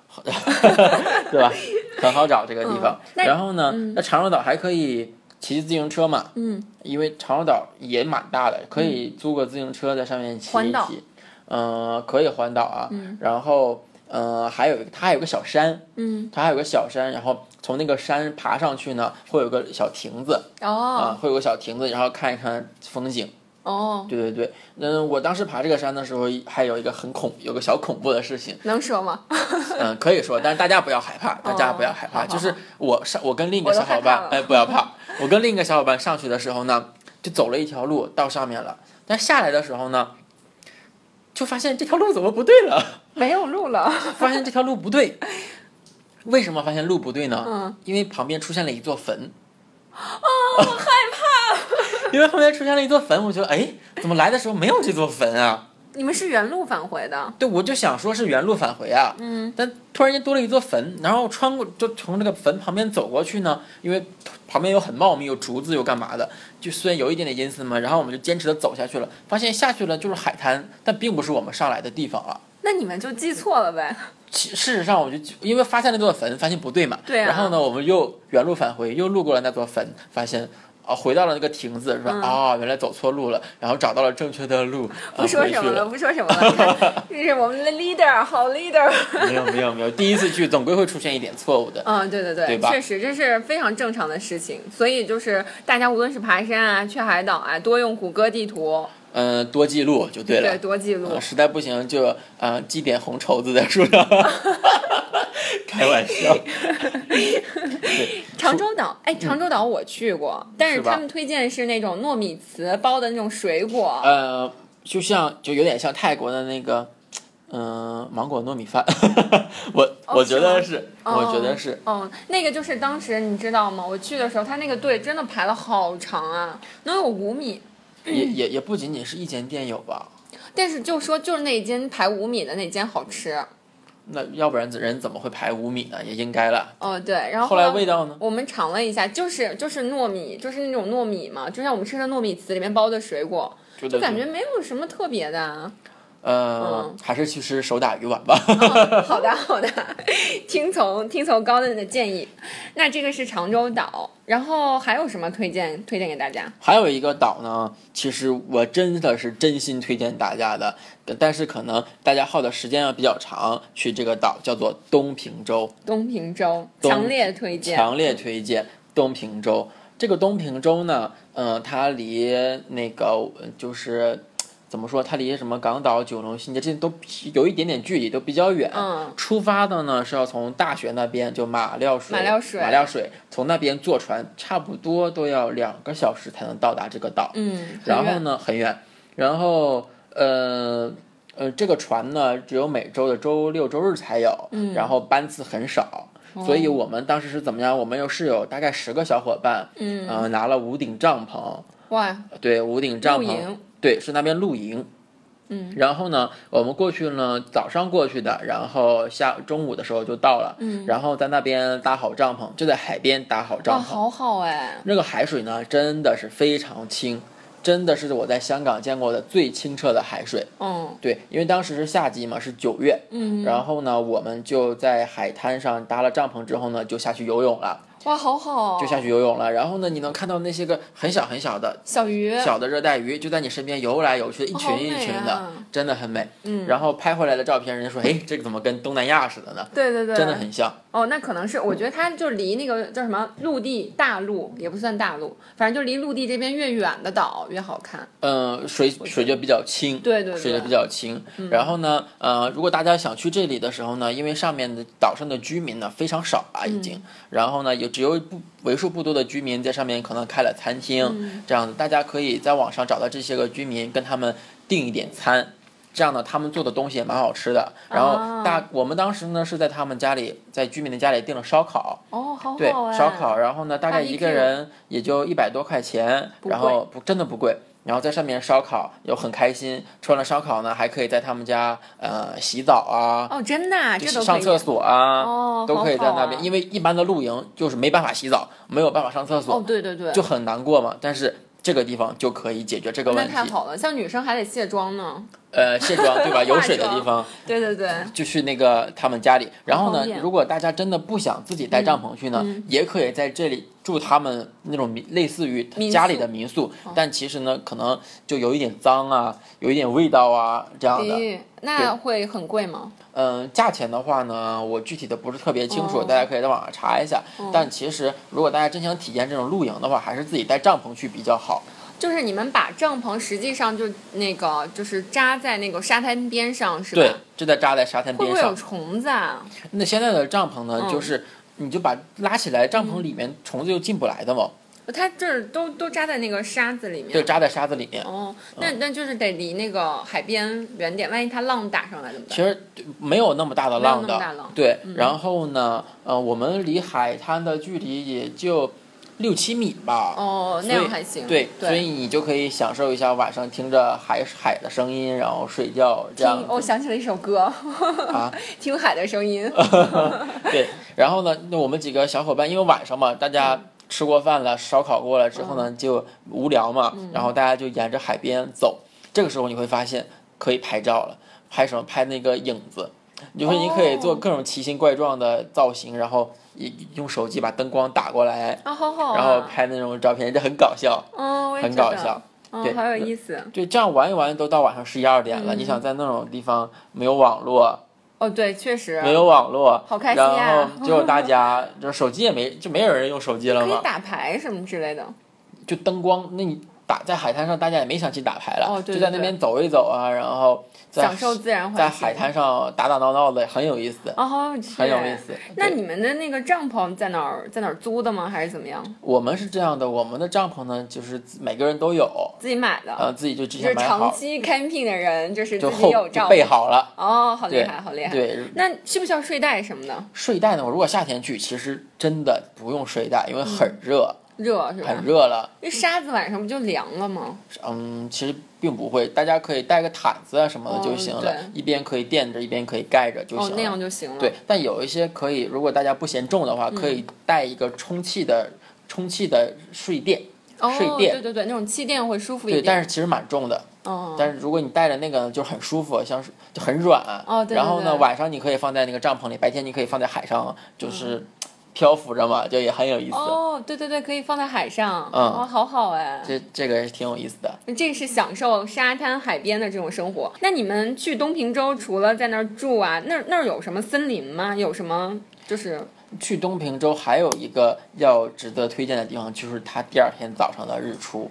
[SPEAKER 3] 对吧？很好找这个地方
[SPEAKER 1] 嗯。那
[SPEAKER 3] 然后呢，那长洲岛还可以骑自行车嘛，
[SPEAKER 1] 嗯，
[SPEAKER 3] 因为长洲岛也蛮大的，可以租个自行车在上面骑
[SPEAKER 1] 环
[SPEAKER 3] 一
[SPEAKER 1] 岛
[SPEAKER 3] 骑。嗯、可以环岛啊。然后，嗯，还有一个它还有个小山，
[SPEAKER 1] 嗯，
[SPEAKER 3] 它还有个小山，然后从那个山爬上去呢，会有个小亭子啊、
[SPEAKER 1] 哦
[SPEAKER 3] 会有个小亭子，然后看一看风景。
[SPEAKER 1] 哦，
[SPEAKER 3] 对对对，嗯，我当时爬这个山的时候，还有一个很恐，有个小恐怖的事情，
[SPEAKER 1] 能说吗？ [LAUGHS]
[SPEAKER 3] 嗯，可以说，但是大家不要害怕，大家不要害怕。
[SPEAKER 1] 哦好好
[SPEAKER 3] 就是我上，我跟另一个
[SPEAKER 1] 我都
[SPEAKER 3] 小伙
[SPEAKER 1] 害怕
[SPEAKER 3] 伴
[SPEAKER 1] 了，
[SPEAKER 3] 哎，不要怕。我跟另一个小伙伴上去的时候呢，就走了一条路到上面了，但下来的时候呢，就发现这条路怎么不对了？ [LAUGHS]
[SPEAKER 1] 没有路了，
[SPEAKER 3] 发现这条路不对，为什么发现路不对呢？
[SPEAKER 1] 嗯，
[SPEAKER 3] 因为旁边出现了一座坟。 [LAUGHS] 哦，害怕。因为旁边出现了一座坟，我觉得哎，怎么来的时候没有这座坟啊？
[SPEAKER 1] 你们是原路返回的，
[SPEAKER 3] 对，我就想说是原路返回啊。
[SPEAKER 1] 嗯，
[SPEAKER 3] 但突然间多了一座坟，然后穿过就从这个坟旁边走过去呢，因为旁边有很茂密，有竹子，有干嘛的，就虽然有一点点阴森嘛，然后我们就坚持的走下去了，发现下去了就是海滩，但并不是我们上来的地方了。
[SPEAKER 1] 那你们就记错了呗。
[SPEAKER 3] 其事实上，我就因为发现那座坟，发现不对嘛。
[SPEAKER 1] 对啊
[SPEAKER 3] 然后呢，我们又原路返回，又路过了那座坟，发现。啊，回到了那个亭子，
[SPEAKER 1] 嗯
[SPEAKER 3] 说啊、原来走错路了，然后找到了正确的路，啊
[SPEAKER 1] 不说什么了，
[SPEAKER 3] 了。
[SPEAKER 1] 不说什么了，
[SPEAKER 3] [LAUGHS]
[SPEAKER 1] 这是我们的 leader，好 leader。
[SPEAKER 3] 没有没有没有，第一次去总归会出现一点错误的。
[SPEAKER 1] 嗯，对对对，
[SPEAKER 3] 对吧
[SPEAKER 1] 确实这是非常正常的事情。所以就是大家无论是爬山啊、去海岛啊，多用谷歌地图，
[SPEAKER 3] 嗯、多记录就对了。
[SPEAKER 1] 对，多记录。
[SPEAKER 3] 呃实在不行就呃系点红绸子在树
[SPEAKER 1] [LAUGHS]
[SPEAKER 3] 上，开玩笑。对，
[SPEAKER 1] 常州岛，哎，常州岛我去过，但是
[SPEAKER 3] 是吧
[SPEAKER 1] 他们推荐是那种糯米糍包的那种水果。
[SPEAKER 3] 呃，就像就有点像泰国的那个，嗯、芒果糯米饭， [LAUGHS] 我我觉得是，
[SPEAKER 1] 哦
[SPEAKER 3] 呃我觉得是，
[SPEAKER 1] 哦，那个就是当时你知道吗？我去的时候，他那个队真的排了好长啊，能有五米。
[SPEAKER 3] 也也也不仅仅是一间店有吧。
[SPEAKER 1] 但是就说就是那间排五米的那间好吃。
[SPEAKER 3] 那要不然人怎么会排五米呢？也应该了。
[SPEAKER 1] 哦，对，然后
[SPEAKER 3] 后来味道呢？
[SPEAKER 1] 我们尝了一下，就是就是糯米，就是那种糯米嘛，就像我们吃的糯米糍里面包的水果，
[SPEAKER 3] 就
[SPEAKER 1] 就感觉没有什么特别的
[SPEAKER 3] [LAUGHS]
[SPEAKER 1] 啊。
[SPEAKER 3] 呃，
[SPEAKER 1] 嗯
[SPEAKER 3] 还是去吃手打鱼丸吧。
[SPEAKER 1] 好的，好的， [LAUGHS] 听从听从高登的建议。那这个是常州岛，然后还有什么推荐推荐给大家？
[SPEAKER 3] 还有一个岛呢，其实我真的是真心推荐大家的，但是可能大家耗的时间要啊比较长，去这个岛叫做东平洲，
[SPEAKER 1] 东平洲
[SPEAKER 3] 东
[SPEAKER 1] 强烈推荐。
[SPEAKER 3] 强烈推荐东平洲。这个东平洲呢，嗯、它离那个呃就是怎么说，它离什么港岛、九龙、新界这些都比有一点点距离，都比较远。
[SPEAKER 1] 嗯
[SPEAKER 3] 出发的呢是要从大学那边，就马料水，
[SPEAKER 1] 马料水
[SPEAKER 3] 马料水，从那边坐船，差不多都要两个小时才能到达这个岛。
[SPEAKER 1] 嗯，
[SPEAKER 3] 然
[SPEAKER 1] 很
[SPEAKER 3] 后
[SPEAKER 1] 远？
[SPEAKER 3] 呢，很远。然后呃呃，这个船呢，只有每周的周六、周日才有，
[SPEAKER 1] 嗯
[SPEAKER 3] 然后班次很少。
[SPEAKER 1] 哦
[SPEAKER 3] 所以我们当时是怎么样？我们有室友大概十个小伙伴，嗯、拿了五顶帐篷，
[SPEAKER 1] 哇，
[SPEAKER 3] 对，五顶帐
[SPEAKER 1] 露
[SPEAKER 3] 篷
[SPEAKER 1] 营，
[SPEAKER 3] 对，是那边露营。嗯，然后呢，我们过去呢，早上过去的，然后下中午的时候就到了，嗯，然后在那边搭好帐篷，就在海边搭好
[SPEAKER 1] 哇，
[SPEAKER 3] 帐篷，
[SPEAKER 1] 好好哎，
[SPEAKER 3] 那个海水呢，真的是非常清，真的是我在香港见过的最清澈的海水。
[SPEAKER 1] 嗯
[SPEAKER 3] 对，因为当时是夏季嘛，是九月，
[SPEAKER 1] 嗯，
[SPEAKER 3] 然后呢，我们就在海滩上搭了帐篷之后呢，就下去游泳了，
[SPEAKER 1] 哇，好好，哦
[SPEAKER 3] 就下去游泳了。然后呢，你能看到那些个很小很小的
[SPEAKER 1] 小鱼，
[SPEAKER 3] 小的热带鱼就在你身边游来游去，一
[SPEAKER 1] 好
[SPEAKER 3] 群一
[SPEAKER 1] 美
[SPEAKER 3] 群的，
[SPEAKER 1] 啊
[SPEAKER 3] 真的很美。嗯，然后拍回来的照片，人家说，哎，这个怎么跟东南亚似的呢？
[SPEAKER 1] 对对对，
[SPEAKER 3] 真的很像。
[SPEAKER 1] 哦，那可能是我觉得它就离那个叫什么陆地大陆也不算大陆，反正就离陆地这边越远的岛越好看。
[SPEAKER 3] 嗯，水水就比较清，
[SPEAKER 1] 对对对嗯
[SPEAKER 3] 水就比较清。然后呢，呃，如果大家想去这里的时候呢，因为上面的岛上的居民呢非常少啊，
[SPEAKER 1] 嗯
[SPEAKER 3] 已经，然后呢，也只有不为数不多的居民在上面可能开了餐厅，
[SPEAKER 1] 嗯
[SPEAKER 3] 这样子，大家可以在网上找到这些个居民，跟他们订一点餐。这样呢，他们做的东西也蛮好吃的。然
[SPEAKER 1] 啊
[SPEAKER 3] 后大、我们当时呢是在他们家里，在居民的家里订了烧烤，
[SPEAKER 1] 哦，好
[SPEAKER 3] 对
[SPEAKER 1] 好哎，
[SPEAKER 3] 烧烤，然后呢，大概一个
[SPEAKER 1] BBQ
[SPEAKER 3] 人也就一百多块钱，
[SPEAKER 1] 不
[SPEAKER 3] 然后不真的不贵。然后在上面烧烤又很开心，吃完了烧烤呢，还可以在他们家呃洗澡啊，
[SPEAKER 1] 哦，真的啊、这都可以
[SPEAKER 3] 上厕所啊，
[SPEAKER 1] 哦
[SPEAKER 3] 都
[SPEAKER 1] 好
[SPEAKER 3] 可以在
[SPEAKER 1] 好
[SPEAKER 3] 那边。
[SPEAKER 1] 啊
[SPEAKER 3] 因为一般的露营就是没办法洗澡，没有办法上厕所，
[SPEAKER 1] 哦，对对对，
[SPEAKER 3] 就很难过嘛。但是这个地方就可以解决这个
[SPEAKER 1] 哦那
[SPEAKER 3] 问
[SPEAKER 1] 太
[SPEAKER 3] 题。
[SPEAKER 1] 好了，像女生还得卸妆呢。
[SPEAKER 3] 呃，卸妆对吧？
[SPEAKER 1] [LAUGHS]
[SPEAKER 3] 有
[SPEAKER 1] 化
[SPEAKER 3] 水的地
[SPEAKER 1] 妆
[SPEAKER 3] 方，
[SPEAKER 1] 对对对，
[SPEAKER 3] 就去那个他们家里。然后
[SPEAKER 1] 方
[SPEAKER 3] 呢
[SPEAKER 1] 便，嗯
[SPEAKER 3] 如果大家真的不想自己带帐篷去呢，也可以在这里住他们那种民类似于
[SPEAKER 1] 民宿哦
[SPEAKER 3] 家里的民宿，但其实呢，可能就有一点脏啊，有一点味道啊这样的。
[SPEAKER 1] 咦，那会很贵吗？
[SPEAKER 3] 嗯，价钱的话呢，我具体的不是特别清楚，
[SPEAKER 1] 哦
[SPEAKER 3] 大家可以在网上查一下。但其实如果大家真想体验这种露营的话，还是自己带帐篷去比较好。
[SPEAKER 1] 就是你们把帐篷实际上就那个就是扎在那个沙滩边上是吧？
[SPEAKER 3] 对，就在扎在沙滩
[SPEAKER 1] 会不
[SPEAKER 3] 边
[SPEAKER 1] 会有
[SPEAKER 3] 上。
[SPEAKER 1] 虫子啊？
[SPEAKER 3] 那现在的帐篷呢，
[SPEAKER 1] 嗯
[SPEAKER 3] 就是你就把拉起来，帐篷里面虫子就进不来的嘛，
[SPEAKER 1] 它这儿都都扎在那个沙子里面。
[SPEAKER 3] 就扎在沙子里面。
[SPEAKER 1] 哦，那
[SPEAKER 3] 嗯
[SPEAKER 1] 那就是得离那个海边远点，万一它浪打上来怎么办？
[SPEAKER 3] 其实没有那么大的
[SPEAKER 1] 没有
[SPEAKER 3] 浪
[SPEAKER 1] 那
[SPEAKER 3] 的，
[SPEAKER 1] 么大浪嗯
[SPEAKER 3] 对。然后呢，呃，我们离海滩的距离也就六七米吧。
[SPEAKER 1] 哦，
[SPEAKER 3] 所以
[SPEAKER 1] 那样还行。
[SPEAKER 3] 对，
[SPEAKER 1] 对，
[SPEAKER 3] 所以你就可以享受一下晚上听着海海的声音，然后睡觉
[SPEAKER 1] 听
[SPEAKER 3] 这样，
[SPEAKER 1] 哦，想起了一首歌，
[SPEAKER 3] 啊。
[SPEAKER 1] 听海的声
[SPEAKER 3] [LAUGHS]
[SPEAKER 1] 音。哦
[SPEAKER 3] 对，然后呢，那我们几个小伙伴，因为晚上嘛，大家
[SPEAKER 1] 嗯
[SPEAKER 3] 吃过饭了，烧烤过了之后呢，就
[SPEAKER 1] 嗯
[SPEAKER 3] 无聊嘛，然后大家就沿着海边走。这个时候你会发现可以拍照了。拍什么拍那个影子，就是你可以做各种奇形怪状的造型，然后一用手机把灯光打过来，
[SPEAKER 1] 啊，好好啊，
[SPEAKER 3] 然后拍那种照片，这很搞笑，
[SPEAKER 1] 嗯，我也
[SPEAKER 3] 很
[SPEAKER 1] 觉
[SPEAKER 3] 搞
[SPEAKER 1] 得
[SPEAKER 3] 笑。对
[SPEAKER 1] 嗯，好有意思。
[SPEAKER 3] 对，这样玩一玩都到晚上十一二点
[SPEAKER 1] 嗯
[SPEAKER 3] 了，你想在那种地方没有网络，
[SPEAKER 1] 哦，对，确实
[SPEAKER 3] 没有网络，
[SPEAKER 1] 好开心呀
[SPEAKER 3] 然后只有大家，就手机也没，就没有人用手机了
[SPEAKER 1] 可以
[SPEAKER 3] 嘛，
[SPEAKER 1] 打牌什么之类的。
[SPEAKER 3] 就灯光，那你打在海滩上，大家也没想去打牌了，
[SPEAKER 1] 哦对对
[SPEAKER 3] 就在那边走一走啊，然后在
[SPEAKER 1] 享受自然环境
[SPEAKER 3] 在海滩上打打闹闹的，很有意思，
[SPEAKER 1] 哦，好有趣
[SPEAKER 3] 很有意思。
[SPEAKER 1] 那
[SPEAKER 3] 对
[SPEAKER 1] 你们的那个帐篷在哪儿在哪儿租的吗？还是怎么样？
[SPEAKER 3] 我们是这样的，我们的帐篷呢，就是每个人都有，
[SPEAKER 1] 自己买的？
[SPEAKER 3] 呃，自己就之
[SPEAKER 1] 就是
[SPEAKER 3] 前买好
[SPEAKER 1] 长，期 camping 的人，就是
[SPEAKER 3] 就
[SPEAKER 1] 自己
[SPEAKER 3] 后
[SPEAKER 1] 有
[SPEAKER 3] 就
[SPEAKER 1] 帐
[SPEAKER 3] 备
[SPEAKER 1] 篷。
[SPEAKER 3] 好了。
[SPEAKER 1] 哦，好厉
[SPEAKER 3] 对
[SPEAKER 1] 害，好厉害。
[SPEAKER 3] 对，
[SPEAKER 1] 那需不需要睡袋什么的？
[SPEAKER 3] 睡袋呢？我如果夏天去，其实真的不用睡袋，因为很热，
[SPEAKER 1] 热嗯是啊吧
[SPEAKER 3] 很？热了。
[SPEAKER 1] 那沙子晚上不就凉了吗？
[SPEAKER 3] 嗯，其实并不会，大家可以带个毯子啊什么的就
[SPEAKER 1] 哦
[SPEAKER 3] 行
[SPEAKER 1] 对
[SPEAKER 3] 了，一边可以垫着，一边可以盖着就行
[SPEAKER 1] 哦，
[SPEAKER 3] 了。
[SPEAKER 1] 那样就行了。
[SPEAKER 3] 对，，但有一些可以，如果大家不嫌重的话，可
[SPEAKER 1] 嗯
[SPEAKER 3] 以带一个充气的充气的睡垫，
[SPEAKER 1] 哦，
[SPEAKER 3] 睡垫
[SPEAKER 1] 对对对，那种气垫会舒服一
[SPEAKER 3] 对，
[SPEAKER 1] 点。
[SPEAKER 3] 但是其实蛮重的。
[SPEAKER 1] 哦，
[SPEAKER 3] 但是如果你带着那个呢，就很舒服，像是就很软。
[SPEAKER 1] 哦对对
[SPEAKER 3] 然后呢，
[SPEAKER 1] 对
[SPEAKER 3] 晚上你可以放在那个帐篷里，白天你可以放在海上，就是漂浮着嘛，就也很有意思。
[SPEAKER 1] 嗯哦，对对对，可以放在海上。
[SPEAKER 3] 嗯
[SPEAKER 1] 哦，好好哎。
[SPEAKER 3] 这这个也挺有意思的。
[SPEAKER 1] 这是享受沙滩海边的这种生活。那你们去东平洲，除了在那儿住啊，那儿那儿有什么森林吗？有什么就是
[SPEAKER 3] 去东平洲还有一个要值得推荐的地方，就是它第二天早上的日出。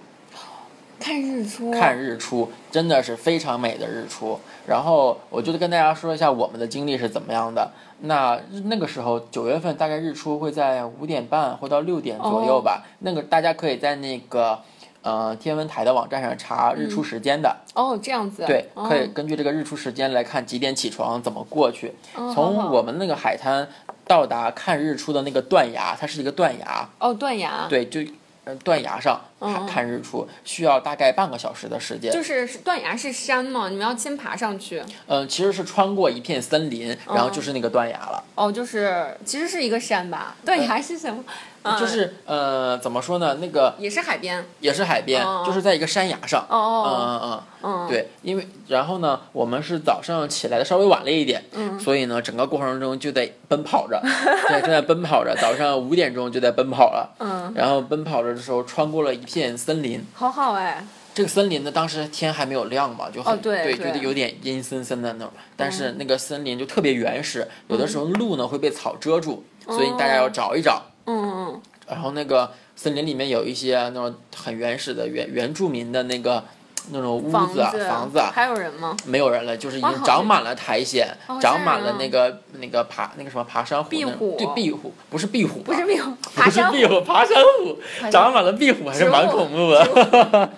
[SPEAKER 1] 看日出？
[SPEAKER 3] 看日出，真的是非常美的日出。然后我就跟大家说一下我们的经历是怎么样的。那那个时候九月份大概日出会在五点半或到六点左右
[SPEAKER 1] 哦
[SPEAKER 3] 吧。那个大家可以在那个呃天文台的网站上查日出时间的，
[SPEAKER 1] 哦，这样子。
[SPEAKER 3] 对，
[SPEAKER 1] 哦、
[SPEAKER 3] 可以根据这个日出时间来看几点起床，怎么过去。
[SPEAKER 1] 哦
[SPEAKER 3] 从
[SPEAKER 1] 好好
[SPEAKER 3] 我们那个海滩到达看日出的那个断崖，它是一个断崖，
[SPEAKER 1] 哦，断崖。，
[SPEAKER 3] 对，就。呃断崖上看
[SPEAKER 1] 嗯嗯
[SPEAKER 3] 看日出需要大概半个小时的时间，
[SPEAKER 1] 就是是断崖是山嘛，你们要先爬上去。
[SPEAKER 3] 嗯，其实是穿过一片森
[SPEAKER 1] 嗯
[SPEAKER 3] 林，然后就是那个断崖了。
[SPEAKER 1] 哦，就是其实是一个山吧？断崖是什么？嗯
[SPEAKER 3] 就是呃，怎么说呢？那个
[SPEAKER 1] [LAUGHS] 也是海边。
[SPEAKER 3] 也是海边，
[SPEAKER 1] 哦
[SPEAKER 3] 就是在一个山崖上。
[SPEAKER 1] 哦
[SPEAKER 3] 嗯
[SPEAKER 1] 哦
[SPEAKER 3] 嗯嗯。
[SPEAKER 1] 哦，嗯，
[SPEAKER 3] 对，因为然后呢，我们是早上起来的稍微晚了一点，
[SPEAKER 1] 嗯
[SPEAKER 3] 所以呢，整个过程中就在奔跑着，对，正在奔跑着，早上五点钟就在奔跑了，
[SPEAKER 1] 嗯
[SPEAKER 3] 然后奔跑着的时候穿过了一片森林，
[SPEAKER 1] 好好哎，
[SPEAKER 3] 这个森林呢，当时天还没有亮嘛，就很、
[SPEAKER 1] 哦对
[SPEAKER 3] 对，
[SPEAKER 1] 对嗯
[SPEAKER 3] 觉得有点阴森森的那种，但是那个森林就特别原始，有的时候路呢会被草遮住，所以大家
[SPEAKER 1] 哦
[SPEAKER 3] 要找一找。
[SPEAKER 1] 嗯嗯，
[SPEAKER 3] 然后那个森林里面有一些那种很原始的原原住民的那个那种
[SPEAKER 1] 嗯
[SPEAKER 3] 屋
[SPEAKER 1] 房
[SPEAKER 3] 子啊、房子啊，
[SPEAKER 1] 还有人吗？
[SPEAKER 3] 没有人了，就是已
[SPEAKER 1] 哇
[SPEAKER 3] 经
[SPEAKER 1] 好
[SPEAKER 3] 长
[SPEAKER 1] 神
[SPEAKER 3] 满了苔藓，
[SPEAKER 1] 好
[SPEAKER 3] 长
[SPEAKER 1] 吓
[SPEAKER 3] 满
[SPEAKER 1] 人
[SPEAKER 3] 了
[SPEAKER 1] 啊
[SPEAKER 3] 那个那个爬那个什么爬山虎
[SPEAKER 1] 壁
[SPEAKER 3] 那种
[SPEAKER 1] 虎
[SPEAKER 3] 对壁虎不是壁虎吧，
[SPEAKER 1] 不是壁虎，爬
[SPEAKER 3] 啊不是
[SPEAKER 1] 山
[SPEAKER 3] 壁虎，爬山虎，
[SPEAKER 1] 山
[SPEAKER 3] 长满了壁虎还是
[SPEAKER 1] 植
[SPEAKER 3] 蛮
[SPEAKER 1] 物
[SPEAKER 3] 恐怖的。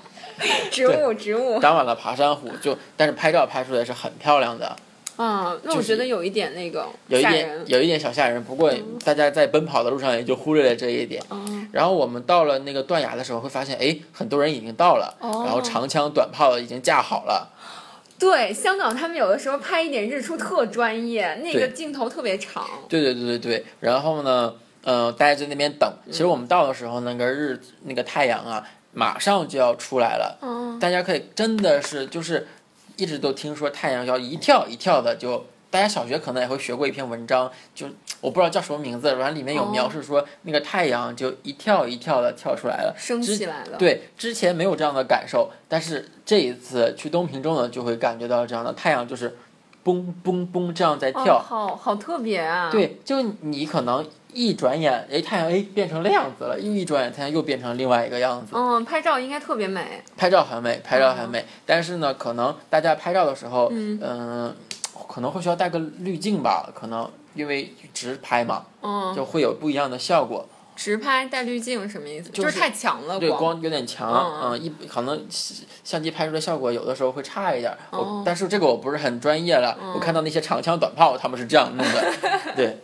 [SPEAKER 1] 植物植 [LAUGHS] 物。
[SPEAKER 3] 长满了爬山虎，就但是拍照拍出来是很漂亮的，
[SPEAKER 1] 嗯，那
[SPEAKER 3] 就
[SPEAKER 1] 我
[SPEAKER 3] 是
[SPEAKER 1] 觉得有一点那个
[SPEAKER 3] 有一
[SPEAKER 1] 吓
[SPEAKER 3] 点
[SPEAKER 1] 人。
[SPEAKER 3] 有一点小吓人。不过大家在奔跑的路上也就忽略了这一点。
[SPEAKER 1] 嗯
[SPEAKER 3] 然后我们到了那个断崖的时候，会发现哎，很多人已经到了，
[SPEAKER 1] 哦
[SPEAKER 3] 然后长枪短炮已经架好了。
[SPEAKER 1] 对，香港他们有的时候拍一点日出特专业，那个
[SPEAKER 3] 对
[SPEAKER 1] 镜头特别长。
[SPEAKER 3] 对对对对对。然后呢，呃，大家在那边等。其实
[SPEAKER 1] 嗯
[SPEAKER 3] 我们到的时候，那个日那个太阳啊，马上就要出来了。
[SPEAKER 1] 嗯，
[SPEAKER 3] 大家可以真的是就是一直都听说太阳要一跳一跳的就。大家小学可能也会学过一篇文章，就我不知道叫什么名字，然后里面有
[SPEAKER 1] 哦
[SPEAKER 3] 描述说那个太阳就一跳一跳的跳出来了，
[SPEAKER 1] 升
[SPEAKER 3] 之
[SPEAKER 1] 起来了。，
[SPEAKER 3] 对，之前没有这样的感受，但是这一次去东平洲呢，就会感觉到这样的太阳就是嘣嘣嘣这样在
[SPEAKER 1] 哦，
[SPEAKER 3] 跳。
[SPEAKER 1] 好好特别啊。，
[SPEAKER 3] 对，就你可能一转眼，哎，太阳哎变成那样子了，一转眼太阳又变成另外一个样子。
[SPEAKER 1] 嗯，拍照应该特别美。
[SPEAKER 3] 拍照很美，拍照很美，但是呢，可能大家拍照的时候，嗯
[SPEAKER 1] 哦嗯、
[SPEAKER 3] 可能会需要带个滤镜吧，可能因为直拍嘛，
[SPEAKER 1] 嗯，
[SPEAKER 3] 就会有不一样的效果。
[SPEAKER 1] 直拍带滤镜什么意思？
[SPEAKER 3] 就
[SPEAKER 1] 就是太强了，
[SPEAKER 3] 对，光有点强，
[SPEAKER 1] 嗯
[SPEAKER 3] 嗯，一可能相机拍出的效果有的时候会差一点儿。我
[SPEAKER 1] 哦
[SPEAKER 3] 但是这个我不是很专业了，我看到那些长枪短炮他们是这样弄
[SPEAKER 1] [LAUGHS]
[SPEAKER 3] 的，对，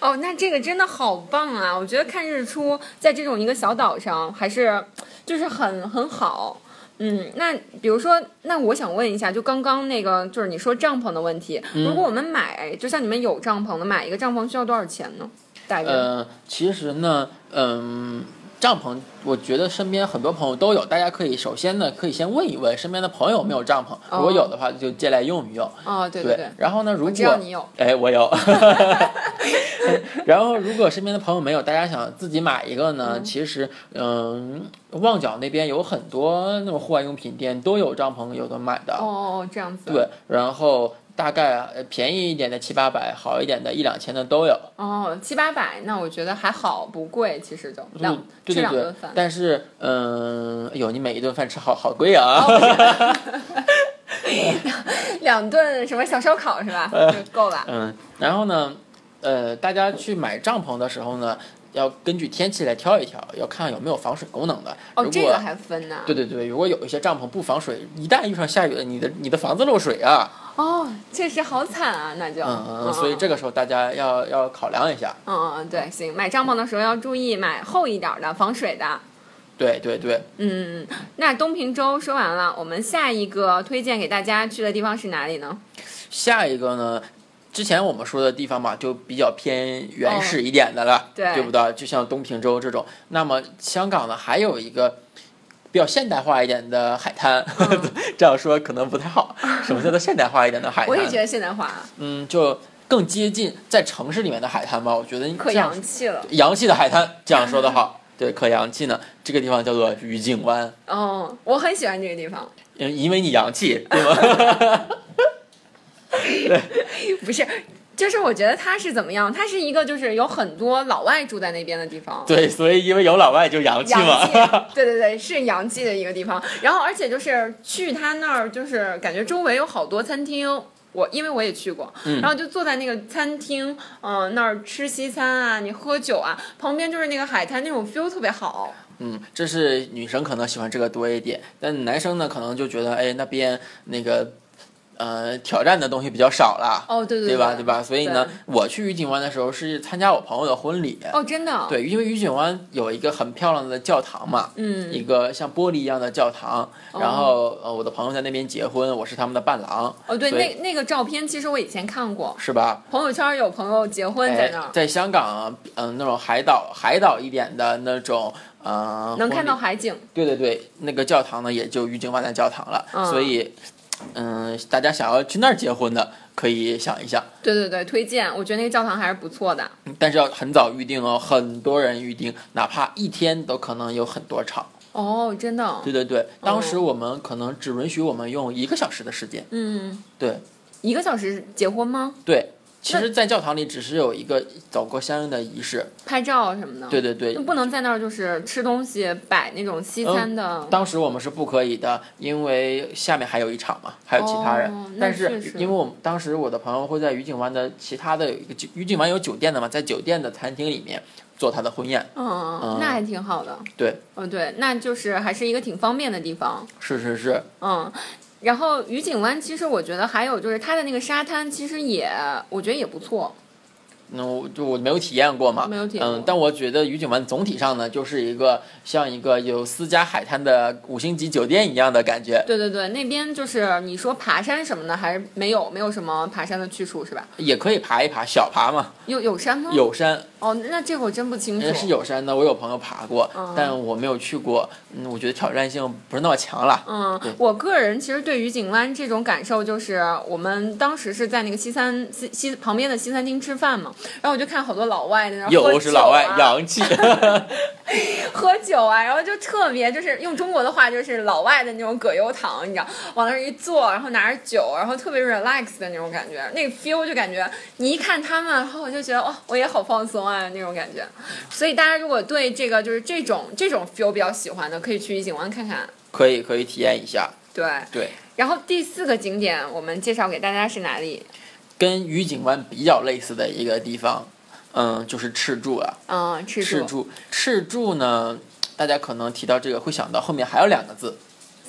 [SPEAKER 1] 哦，那这个真的好棒啊！我觉得看日出在这种一个小岛上，还是就是很很好。嗯，那比如说，那我想问一下，就刚刚那个，就是你说帐篷的问题，
[SPEAKER 3] 嗯
[SPEAKER 1] 如果我们买，就像你们有
[SPEAKER 3] 呃
[SPEAKER 1] 帐篷的，买一个帐篷需要多少钱呢？大约、
[SPEAKER 3] 嗯、其实呢，嗯、帐篷，我觉得身边很多朋友都有，大家可以首先呢，可以先问一问身边的朋友有没有帐篷，如果有的话就借来用一用。
[SPEAKER 1] 哦，对对对，
[SPEAKER 3] 然后呢，如果
[SPEAKER 1] 知道你有，
[SPEAKER 3] 哎，我有。 [LAUGHS] 然后，如果身边的朋友没有，大家想自己买一个呢，其实，嗯，旺角那边有很多那种户外用品店都有帐篷，有的买的。
[SPEAKER 1] 哦哦哦，这样子。，
[SPEAKER 3] 对，然后大概呃便宜一点的七八百，好一点的一两千的都有。
[SPEAKER 1] 哦，七八百，那我觉得还好，不贵，其实就两
[SPEAKER 3] 嗯对
[SPEAKER 1] 吃
[SPEAKER 3] 对
[SPEAKER 1] 两
[SPEAKER 3] 对
[SPEAKER 1] 顿饭。，
[SPEAKER 3] 但是，嗯，哎呦，你每一顿饭吃好好贵啊！
[SPEAKER 1] 两顿什么小烧烤是吧？就够了。
[SPEAKER 3] 嗯，然后呢，呃，大家去买帐篷的时候呢，要根据天气来挑一挑，要看有没有防水功能的。
[SPEAKER 1] 哦，
[SPEAKER 3] 如
[SPEAKER 1] 这
[SPEAKER 3] 果
[SPEAKER 1] 个还分呢。
[SPEAKER 3] 对对对，如果有一些帐篷不防水，一旦遇上下雨了，你的你的房子漏水啊，
[SPEAKER 1] 哦，确实好惨啊，那就。
[SPEAKER 3] 嗯嗯，所以这个时候大家要要考量一下，
[SPEAKER 1] 嗯嗯嗯，对，行，买帐篷的时候要注意买厚一点儿的，防水的。
[SPEAKER 3] 对对对，
[SPEAKER 1] 嗯，那东平洲说完了，我们下一个推荐给大家去的地方是哪里呢？
[SPEAKER 3] 下一个呢，之前我们说的地方嘛，就比较偏原始一点的了，
[SPEAKER 1] 哦对
[SPEAKER 3] 不对？就像东平洲这种。那么香港呢，还有一个比较现代化一点的海滩，
[SPEAKER 1] 嗯
[SPEAKER 3] [LAUGHS] 这样说可能不
[SPEAKER 1] [LAUGHS]
[SPEAKER 3] 太好。什么叫做现代化一点的海滩？
[SPEAKER 1] 我也觉得现代化啊
[SPEAKER 3] 嗯，就更接近在城市里面的海滩吧。我觉得
[SPEAKER 1] 可
[SPEAKER 3] 这样
[SPEAKER 1] 洋气了。
[SPEAKER 3] 洋气的海滩，这样说的好。 [LAUGHS] 对，可洋气呢。这个地方叫做愉景湾，
[SPEAKER 1] 哦，我很喜欢这个地方。 [LAUGHS]
[SPEAKER 3] 嗯，因为你洋气，对吗？ [LAUGHS]
[SPEAKER 1] 不是，就是我觉得它是怎么样？它是一个就是有很多老外住在那边的地方。
[SPEAKER 3] 对，所以因为有老外就洋气
[SPEAKER 1] 洋
[SPEAKER 3] 嘛。 [LAUGHS]
[SPEAKER 1] 气，对对对，是洋气的一个地方。然后，而且就是去他那儿，就是感觉周围有好多餐厅。我因为我也去过，
[SPEAKER 3] 嗯
[SPEAKER 1] 然后就坐在那个餐厅，嗯、那儿吃西餐啊，你喝酒啊，旁边就是那个海滩，那种 feel 特别好。
[SPEAKER 3] 嗯，这是女生可能喜欢这个多一点，但男生呢可能就觉得，哎，那边那个，呃，挑战的东西比较少了，
[SPEAKER 1] 哦，对对对
[SPEAKER 3] 对吧？对吧？所以呢，我去愉景湾的时候是参加我朋友的婚礼，
[SPEAKER 1] 哦，真的，，
[SPEAKER 3] 对，因为愉景湾有一个很漂亮的教堂嘛，一
[SPEAKER 1] 嗯，哦
[SPEAKER 3] 个像玻璃一样的教堂，然后呃，我的朋友在那边结婚，我是他们的伴郎，
[SPEAKER 1] 哦，对，
[SPEAKER 3] 所以
[SPEAKER 1] 那那个照片其实我以前看过，
[SPEAKER 3] 是吧？
[SPEAKER 1] 朋友圈有朋友结婚在
[SPEAKER 3] 哎
[SPEAKER 1] 那儿，
[SPEAKER 3] 在香港啊，嗯、那种海岛海岛一点的那种，呃，
[SPEAKER 1] 能看到
[SPEAKER 3] 婚礼。
[SPEAKER 1] 海景。
[SPEAKER 3] 对对对，那个教堂呢，也就郁金万代教堂了，
[SPEAKER 1] 嗯
[SPEAKER 3] 所以，嗯、大家想要去那儿结婚的，可以想一想，嗯
[SPEAKER 1] 对对对，推荐，我觉得那个教堂还是不错的。
[SPEAKER 3] 但是要很早预定哦，很多人预定，哪怕一天都可能有很多场。
[SPEAKER 1] 哦，真的，
[SPEAKER 3] 对对对，当时我们可能只允许我们用一个小时的时间。
[SPEAKER 1] 嗯，
[SPEAKER 3] 对
[SPEAKER 1] 一个小时结婚吗？
[SPEAKER 3] 对。其实，在教堂里只是有一个走过相应的仪式，
[SPEAKER 1] 拍照什么的。
[SPEAKER 3] 对对对
[SPEAKER 1] 就，不能在那儿就是吃东西，摆那种西餐的。
[SPEAKER 3] 当时我们是不可以的，因为下面还有一场嘛，还有其他人。
[SPEAKER 1] 哦那
[SPEAKER 3] 但
[SPEAKER 1] 确实
[SPEAKER 3] 是因为我们当时我的朋友会在愉景湾的其他的有一个酒愉景湾有酒店的嘛，在酒店的餐厅里面做他的婚宴。
[SPEAKER 1] 嗯，
[SPEAKER 3] 嗯
[SPEAKER 1] 那还挺好的。
[SPEAKER 3] 对，
[SPEAKER 1] 嗯，对，那就是还是一个挺方便的地方。
[SPEAKER 3] 是是是，
[SPEAKER 1] 嗯，然后愉景湾其实我觉得还有就是它的那个沙滩，其实也我觉得也不错。
[SPEAKER 3] 那嗯我就我没有体验过嘛，
[SPEAKER 1] 没有体验过
[SPEAKER 3] 嗯，但我觉得愉景湾总体上呢，就是一个像一个有私家海滩的五星级酒店一样的感觉，
[SPEAKER 1] 对对对，那边就是你说爬山什么的，还是没有没有什么爬山的去处是吧？
[SPEAKER 3] 也可以爬一爬，小爬嘛，
[SPEAKER 1] 有有山吗？
[SPEAKER 3] 有山，
[SPEAKER 1] 哦，那这个我真不清
[SPEAKER 3] 人
[SPEAKER 1] 楚。
[SPEAKER 3] 家是有山的，我有朋友爬过，
[SPEAKER 1] 嗯
[SPEAKER 3] 但我没有去过，嗯，我觉得挑战性不是那么强了。
[SPEAKER 1] 嗯
[SPEAKER 3] 对，
[SPEAKER 1] 我个人其实对于景湾这种感受，就是我们当时是在那个西餐西西旁边的西餐厅吃饭嘛，然后我就看好多老外在那儿喝酒
[SPEAKER 3] 又
[SPEAKER 1] 啊
[SPEAKER 3] 是老外洋
[SPEAKER 1] [LAUGHS]
[SPEAKER 3] 气，
[SPEAKER 1] 喝酒啊，然后就特别就是用中国的话就是老外的那种葛优躺，你知道，往那儿一坐，然后拿着酒，然后特别 relax 的那种感觉，那个 feel 就感觉你一看他们，然后我就觉得哦，我也好放松啊那种感觉。所以大家如果对这个就是这种这种 feel 比较喜欢的，可以去景湾看看。
[SPEAKER 3] 可以可以体验一下。
[SPEAKER 1] 对，
[SPEAKER 3] 对，
[SPEAKER 1] 然后第四个景点，我们介绍给大家是哪里？
[SPEAKER 3] 跟愉景湾比较类似的一个地方，嗯，就是赤柱啊，
[SPEAKER 1] 嗯，赤
[SPEAKER 3] 赤
[SPEAKER 1] 柱。
[SPEAKER 3] 柱，赤柱呢，大家可能提到这个会想到后面还有两个字，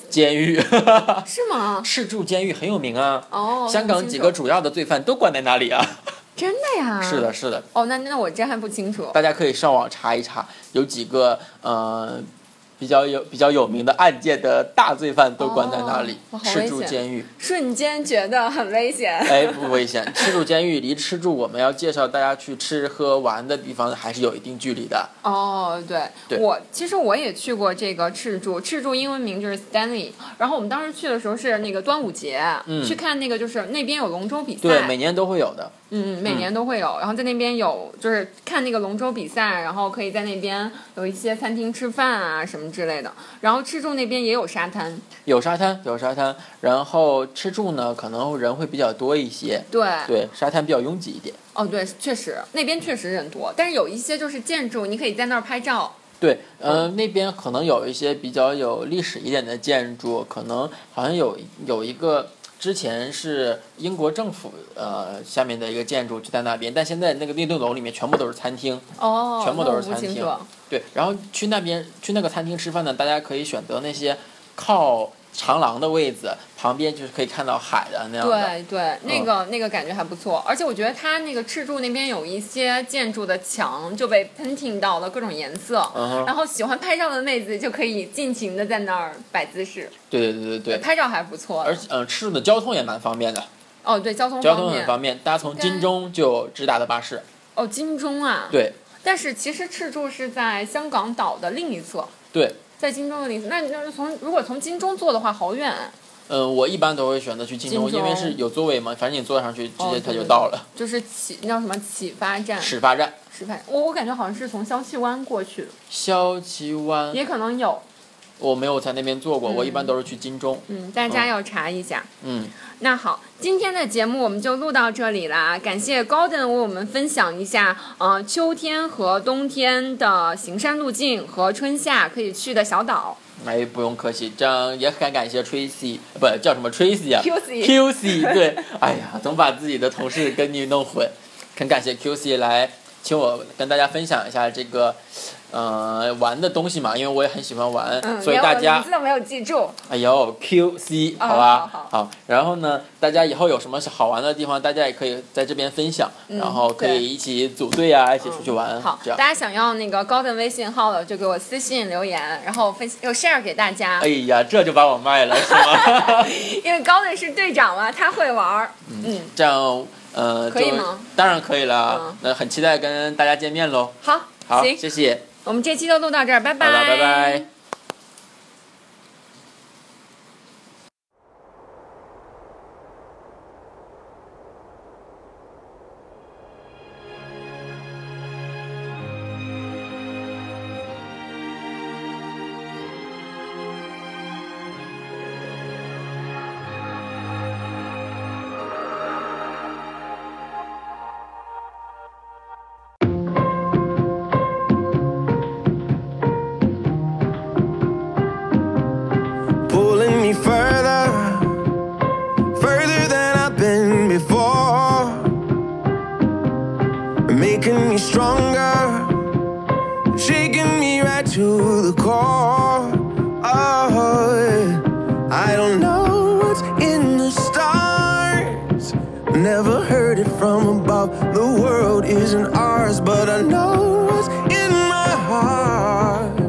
[SPEAKER 3] 监狱。 [LAUGHS]
[SPEAKER 1] 是吗？
[SPEAKER 3] 赤柱监狱很有名啊，
[SPEAKER 1] 哦，
[SPEAKER 3] 香港几个主要的罪犯都关在那里啊。
[SPEAKER 1] 不清楚真的呀？
[SPEAKER 3] 是的，。是的，
[SPEAKER 1] 哦，那那我真还不清楚。
[SPEAKER 3] 大家可以上网查一查，有几个呃比较有比较有名的案件的大罪犯都关在那里，
[SPEAKER 1] 哦好危
[SPEAKER 3] 吃住
[SPEAKER 1] 险
[SPEAKER 3] 监狱。
[SPEAKER 1] 瞬间觉得很危险。
[SPEAKER 3] [LAUGHS] 哎，不危险。吃住监狱离吃住我们要介绍大家去吃喝玩的地方还是有一定距离的。
[SPEAKER 1] 哦，对，
[SPEAKER 3] 对
[SPEAKER 1] 我其实我也去过这个赤柱，赤柱英文名就是 Stanley。然后我们当时去的时候是那个端午节，
[SPEAKER 3] 嗯
[SPEAKER 1] 去看那个就是那边有龙舟比赛，
[SPEAKER 3] 对，每年都会有的。
[SPEAKER 1] 嗯，每年都会有。然后在那边有就是看那个龙舟比赛，然后可以在那边有一些餐厅吃饭啊什么之类的。然后赤柱那边也有沙滩，
[SPEAKER 3] 有沙滩，有沙滩，然后吃住呢，可能人会比较多一些，
[SPEAKER 1] 对，
[SPEAKER 3] 对，沙滩比较拥挤一点。
[SPEAKER 1] 哦对，确实那边确实人多，但是有一些就是建筑，你可以在那儿拍照。
[SPEAKER 3] 对，呃，那边可能有一些比较有历史一点的建筑，可能好像有有一个之前是英国政府呃下面的一个建筑就在那边，但现在那个那栋楼里面全部都是餐厅，
[SPEAKER 1] 哦，
[SPEAKER 3] 全部都是
[SPEAKER 1] 那我不
[SPEAKER 3] 餐
[SPEAKER 1] 清
[SPEAKER 3] 厅
[SPEAKER 1] 楚
[SPEAKER 3] 对，然后去那边去那个餐厅吃饭呢，大家可以选择那些靠长廊的位子，旁边就是可以看到海的那样的。
[SPEAKER 1] 对对，那
[SPEAKER 3] 嗯
[SPEAKER 1] 个、那个感觉还不错，而且我觉得它那个赤柱那边有一些建筑的墙就被 painting 到了各种颜色，
[SPEAKER 3] 嗯哼
[SPEAKER 1] 然后喜欢拍照的妹子就可以尽情的在那儿摆姿势，
[SPEAKER 3] 对对对对对。
[SPEAKER 1] 拍照还不错。
[SPEAKER 3] 而且，嗯、吃住的交通也蛮方便的，
[SPEAKER 1] 哦，对，交通
[SPEAKER 3] 交
[SPEAKER 1] 方
[SPEAKER 3] 通
[SPEAKER 1] 面，
[SPEAKER 3] 很方便，大家从
[SPEAKER 1] 对
[SPEAKER 3] 金钟就直达的巴士。
[SPEAKER 1] 哦，金钟啊，。
[SPEAKER 3] 对
[SPEAKER 1] 但是其实赤柱是在香港岛的另一侧，
[SPEAKER 3] 对，
[SPEAKER 1] 在金钟的另一侧。那那从如果从金钟坐的话，好远啊，
[SPEAKER 3] 嗯，我一般都会选择去金钟，
[SPEAKER 1] 金
[SPEAKER 3] 因为
[SPEAKER 1] 钟
[SPEAKER 3] 是有座位嘛，反正你坐上去，直
[SPEAKER 1] 哦对
[SPEAKER 3] 接它
[SPEAKER 1] 对
[SPEAKER 3] 就
[SPEAKER 1] 对
[SPEAKER 3] 到了。
[SPEAKER 1] 就是启那叫什么启发站，
[SPEAKER 3] 始发站，
[SPEAKER 1] 始发。我我感觉好像是从消气湾过去，
[SPEAKER 3] 肖旗湾，
[SPEAKER 1] 也可能有，
[SPEAKER 3] 我没有在那边坐过，我一般都是去金钟。
[SPEAKER 1] 嗯，大
[SPEAKER 3] 哦
[SPEAKER 1] 家要查一下。
[SPEAKER 3] 嗯，
[SPEAKER 1] 那好，今天的节目我们就录到这里啦，感谢 Golden 为我们分享一下，呃，秋天和冬天的行山路径和春夏可以去的小岛。
[SPEAKER 3] 哎，不用客气，这样也很感谢 Tracy，不叫什么 Tracy 啊
[SPEAKER 1] QC [LAUGHS]
[SPEAKER 3] QC 对，哎呀，总把自己的同事跟你弄混，很感谢 QC 来请我跟大家分享一下这个，呃，玩的东西嘛，因为我也很喜欢玩，
[SPEAKER 1] 嗯，
[SPEAKER 3] 所以
[SPEAKER 1] 连我
[SPEAKER 3] 大
[SPEAKER 1] 的
[SPEAKER 3] 家
[SPEAKER 1] 名字都没有记住。
[SPEAKER 3] 哎呦，QC，
[SPEAKER 1] 啊
[SPEAKER 3] 好吧，
[SPEAKER 1] 好好
[SPEAKER 3] 然后呢，大家以后有什么好玩的地方，大家也可以在这边分享，然后
[SPEAKER 1] 嗯
[SPEAKER 3] 可
[SPEAKER 1] 对嗯
[SPEAKER 3] 以一起组队啊，一起出去玩，
[SPEAKER 1] 好，
[SPEAKER 3] 这
[SPEAKER 1] 大
[SPEAKER 3] 样。
[SPEAKER 1] 家想要那个 Golden 微信号的，就给我私信留言，然后分又 share 给大家
[SPEAKER 3] 哎。呀，这就把我卖了
[SPEAKER 1] [LAUGHS]
[SPEAKER 3] 是吗？ [LAUGHS]
[SPEAKER 1] 因为 Golden 是队长嘛，他会玩儿。嗯，
[SPEAKER 3] 这样，呃，
[SPEAKER 1] 可以
[SPEAKER 3] 就
[SPEAKER 1] 吗？
[SPEAKER 3] 当然可以了
[SPEAKER 1] 嗯，
[SPEAKER 3] 那很期待跟大家见面喽。
[SPEAKER 1] 好，
[SPEAKER 3] 好，
[SPEAKER 1] 行，
[SPEAKER 3] 谢谢，
[SPEAKER 1] 我们这期就录到这儿，拜
[SPEAKER 3] 好
[SPEAKER 1] 拜，
[SPEAKER 3] 了，拜拜。
[SPEAKER 4] pulling me further, further than I've been before, making me stronger, shaking me right to the core. Oh, I don't know what's in the stars. Never heard it from above. The world isn't ours, but I know what's in my heart.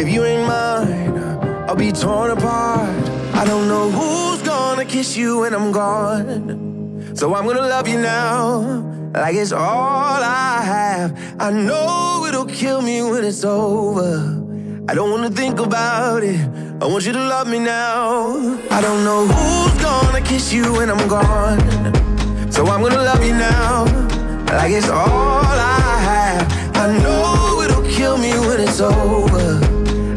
[SPEAKER 4] If you ain't mine, I'll be torn apart. I don't know who's gonna kiss you when I'm gone. So I'm gonna love you now, like it's all I have. I know it'll kill me when it's over. I don't wanna think about it. I want you to love me now. I don't know who's gonna kiss you when I'm gone. So I'm gonna love you now, like it's all I have. I know it'll kill me when it's over.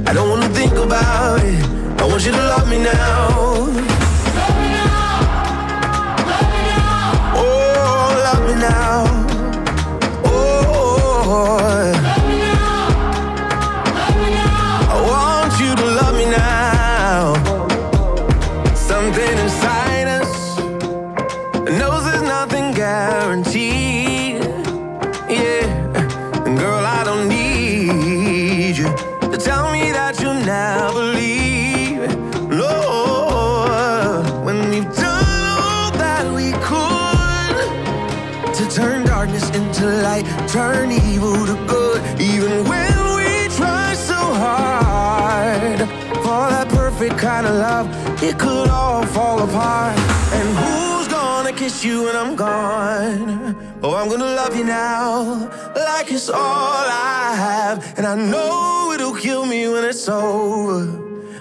[SPEAKER 4] I don't wanna think about it. I want you to love me now. Oh, love me now. Oh, I want you to love me now. Something inside us knows there's nothing guaranteed. Yeah, and girl, I don't need you to tell me that you never leave. No, when we've done all that we could to turn darkness into light, turn evil to good, even when we try so hard. out of love, it could all fall apart. And who's gonna kiss you when I'm gone? Oh, I'm gonna love you now, like it's all I have. And I know it'll kill me when it's over.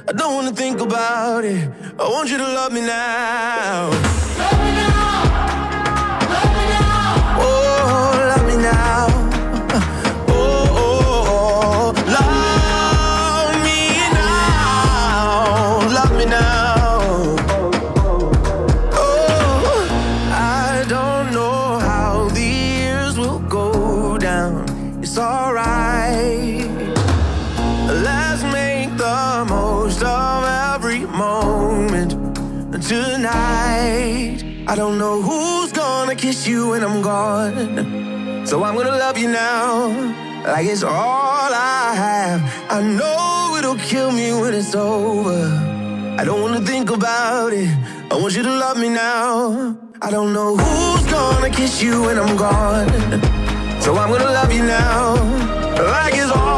[SPEAKER 4] I don't wanna think about it. I want you to love me now. Oh, love me now. Oh, oh, oh, love me now. Love me now. Oh, I don't know how the years will go down. It's alright. Let's make the most of every moment tonight. I don't know who's gonna kiss you when I'm gone. So I'm gonna love you now, like it's all I have. I know it'll kill me when it's over. I don't wanna think about it. I want you to love me now. I don't know who's gonna kiss you when I'm gone. So I'm gonna love you now. Like it's all